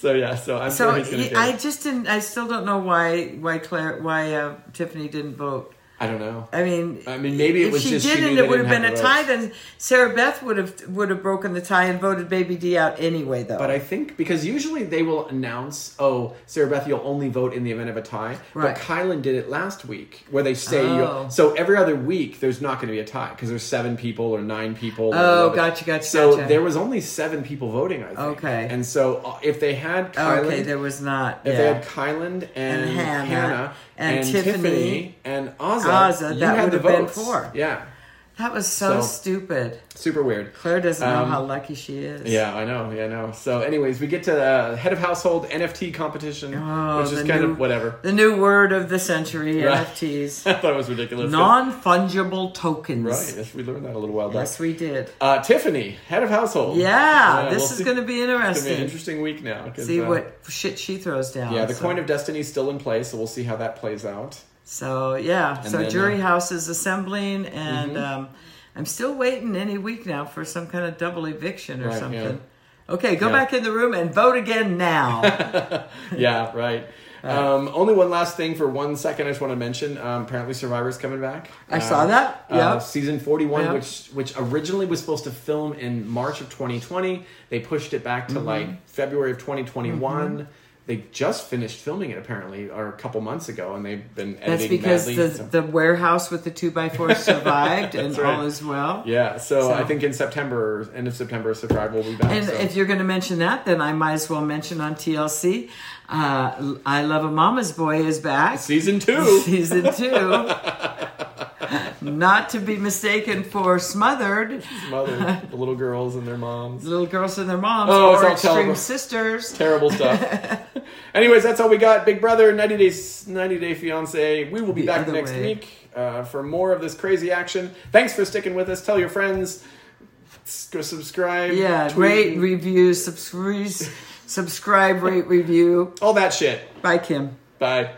Speaker 1: so yeah, so I'm
Speaker 2: So
Speaker 1: sure he's gonna.
Speaker 2: he,
Speaker 1: do
Speaker 2: I
Speaker 1: it.
Speaker 2: just didn't. I still don't know why why Claire why uh, Tiffany didn't vote.
Speaker 1: I don't know.
Speaker 2: I mean,
Speaker 1: I mean, Uh, maybe it
Speaker 2: if
Speaker 1: was
Speaker 2: she
Speaker 1: just she
Speaker 2: didn't,
Speaker 1: knew
Speaker 2: it
Speaker 1: they
Speaker 2: would have
Speaker 1: didn't
Speaker 2: been
Speaker 1: have
Speaker 2: a
Speaker 1: the
Speaker 2: tie.
Speaker 1: votes.
Speaker 2: Then Sarah Beth would have would have broken the tie and voted Baby D out anyway, though.
Speaker 1: But uh, I think because usually they will announce, "Oh, Sarah Beth, you'll only vote in the event of a tie."
Speaker 2: Right.
Speaker 1: But Kylan did it last week, where they say,
Speaker 2: Oh.
Speaker 1: you "So every other week, there's not going to be a tie because there's seven people or nine people." or
Speaker 2: Oh,
Speaker 1: whatever."
Speaker 2: gotcha, gotcha,
Speaker 1: So
Speaker 2: gotcha.
Speaker 1: there was only seven people voting, I think.
Speaker 2: Okay. Oh,
Speaker 1: And so uh, if they had Kylan,
Speaker 2: okay, there was not.
Speaker 1: if
Speaker 2: yeah.
Speaker 1: they had Kylan and,
Speaker 2: And Hannah,
Speaker 1: Hannah,
Speaker 2: and
Speaker 1: and,
Speaker 2: Tiffany,
Speaker 1: Tiffany, and Ozza,
Speaker 2: Ozza,
Speaker 1: you
Speaker 2: that
Speaker 1: had
Speaker 2: would
Speaker 1: the
Speaker 2: have been
Speaker 1: votes.
Speaker 2: four.
Speaker 1: Yeah,
Speaker 2: that was so,
Speaker 1: so-
Speaker 2: stupid.
Speaker 1: super weird.
Speaker 2: Claire doesn't know
Speaker 1: Um,
Speaker 2: how lucky she is.
Speaker 1: Yeah, I know. Yeah, I know. So, anyways, we get to uh, head of household NFT competition,
Speaker 2: Oh,
Speaker 1: which is
Speaker 2: the
Speaker 1: kind
Speaker 2: new-
Speaker 1: of whatever.
Speaker 2: The new word of the century:
Speaker 1: Right.
Speaker 2: NFTs,
Speaker 1: I thought it was ridiculous.
Speaker 2: non fungible tokens.
Speaker 1: Right. Yes, we learned that a little while back.
Speaker 2: Yes, we did.
Speaker 1: Uh, Tiffany, head of household.
Speaker 2: Yeah,
Speaker 1: Yeah,
Speaker 2: this
Speaker 1: we'll
Speaker 2: is
Speaker 1: see.
Speaker 2: going to be
Speaker 1: It's gonna be an
Speaker 2: interesting.
Speaker 1: interesting week now. 'cause,
Speaker 2: See
Speaker 1: uh,
Speaker 2: what shit she throws down.
Speaker 1: Yeah, the
Speaker 2: so.
Speaker 1: coin of destiny is still in play, so we'll see how that plays out.
Speaker 2: So yeah, so
Speaker 1: then,
Speaker 2: jury
Speaker 1: uh, Mm-hmm.
Speaker 2: house is assembling, and um, I'm still waiting any week now for some kind of double eviction or
Speaker 1: Right, yeah.
Speaker 2: something. Okay, go
Speaker 1: Yeah.
Speaker 2: back in the room and vote again now.
Speaker 1: yeah, right. Um, only one last thing for one second. I just want to mention. Um, apparently, Survivor's coming back.
Speaker 2: I
Speaker 1: Um,
Speaker 2: saw that.
Speaker 1: uh,
Speaker 2: Yeah.
Speaker 1: season forty-one,
Speaker 2: Yeah.
Speaker 1: which which originally was supposed to film
Speaker 2: Mm-hmm.
Speaker 1: in March of 2020, they pushed it back to like February of 2021. They just finished filming it apparently, or a couple months ago, and they've been editing
Speaker 2: That's because
Speaker 1: madly,
Speaker 2: the,
Speaker 1: so-
Speaker 2: the warehouse with the two by four survived and
Speaker 1: That's right.
Speaker 2: all is well.
Speaker 1: yeah, so,
Speaker 2: So-
Speaker 1: I think in September, end of September, Survive will be back.
Speaker 2: And
Speaker 1: so.
Speaker 2: if you're going to mention that, then I might as well mention on TLC, uh, I Love a Mama's Boy is back.
Speaker 1: Season two.
Speaker 2: Season two. Not to be mistaken for Smothered,
Speaker 1: mother, the little girls and their moms.
Speaker 2: Little Girls and Their Moms,
Speaker 1: Oh, it's
Speaker 2: or
Speaker 1: all
Speaker 2: Extreme
Speaker 1: terrible.
Speaker 2: Sisters.
Speaker 1: Terrible stuff. Anyways, that's all we got. Big Brother, 90 Days, 90 Day Fiance. We will be
Speaker 2: The
Speaker 1: back
Speaker 2: other
Speaker 1: next
Speaker 2: way.
Speaker 1: week uh, for more of this crazy action. Thanks for sticking with us. Tell your friends. S- go subscribe.
Speaker 2: Yeah,
Speaker 1: tweet,
Speaker 2: rate, review, subscribe, subscribe, rate, review.
Speaker 1: all that shit.
Speaker 2: Bye, Kim.
Speaker 1: Bye.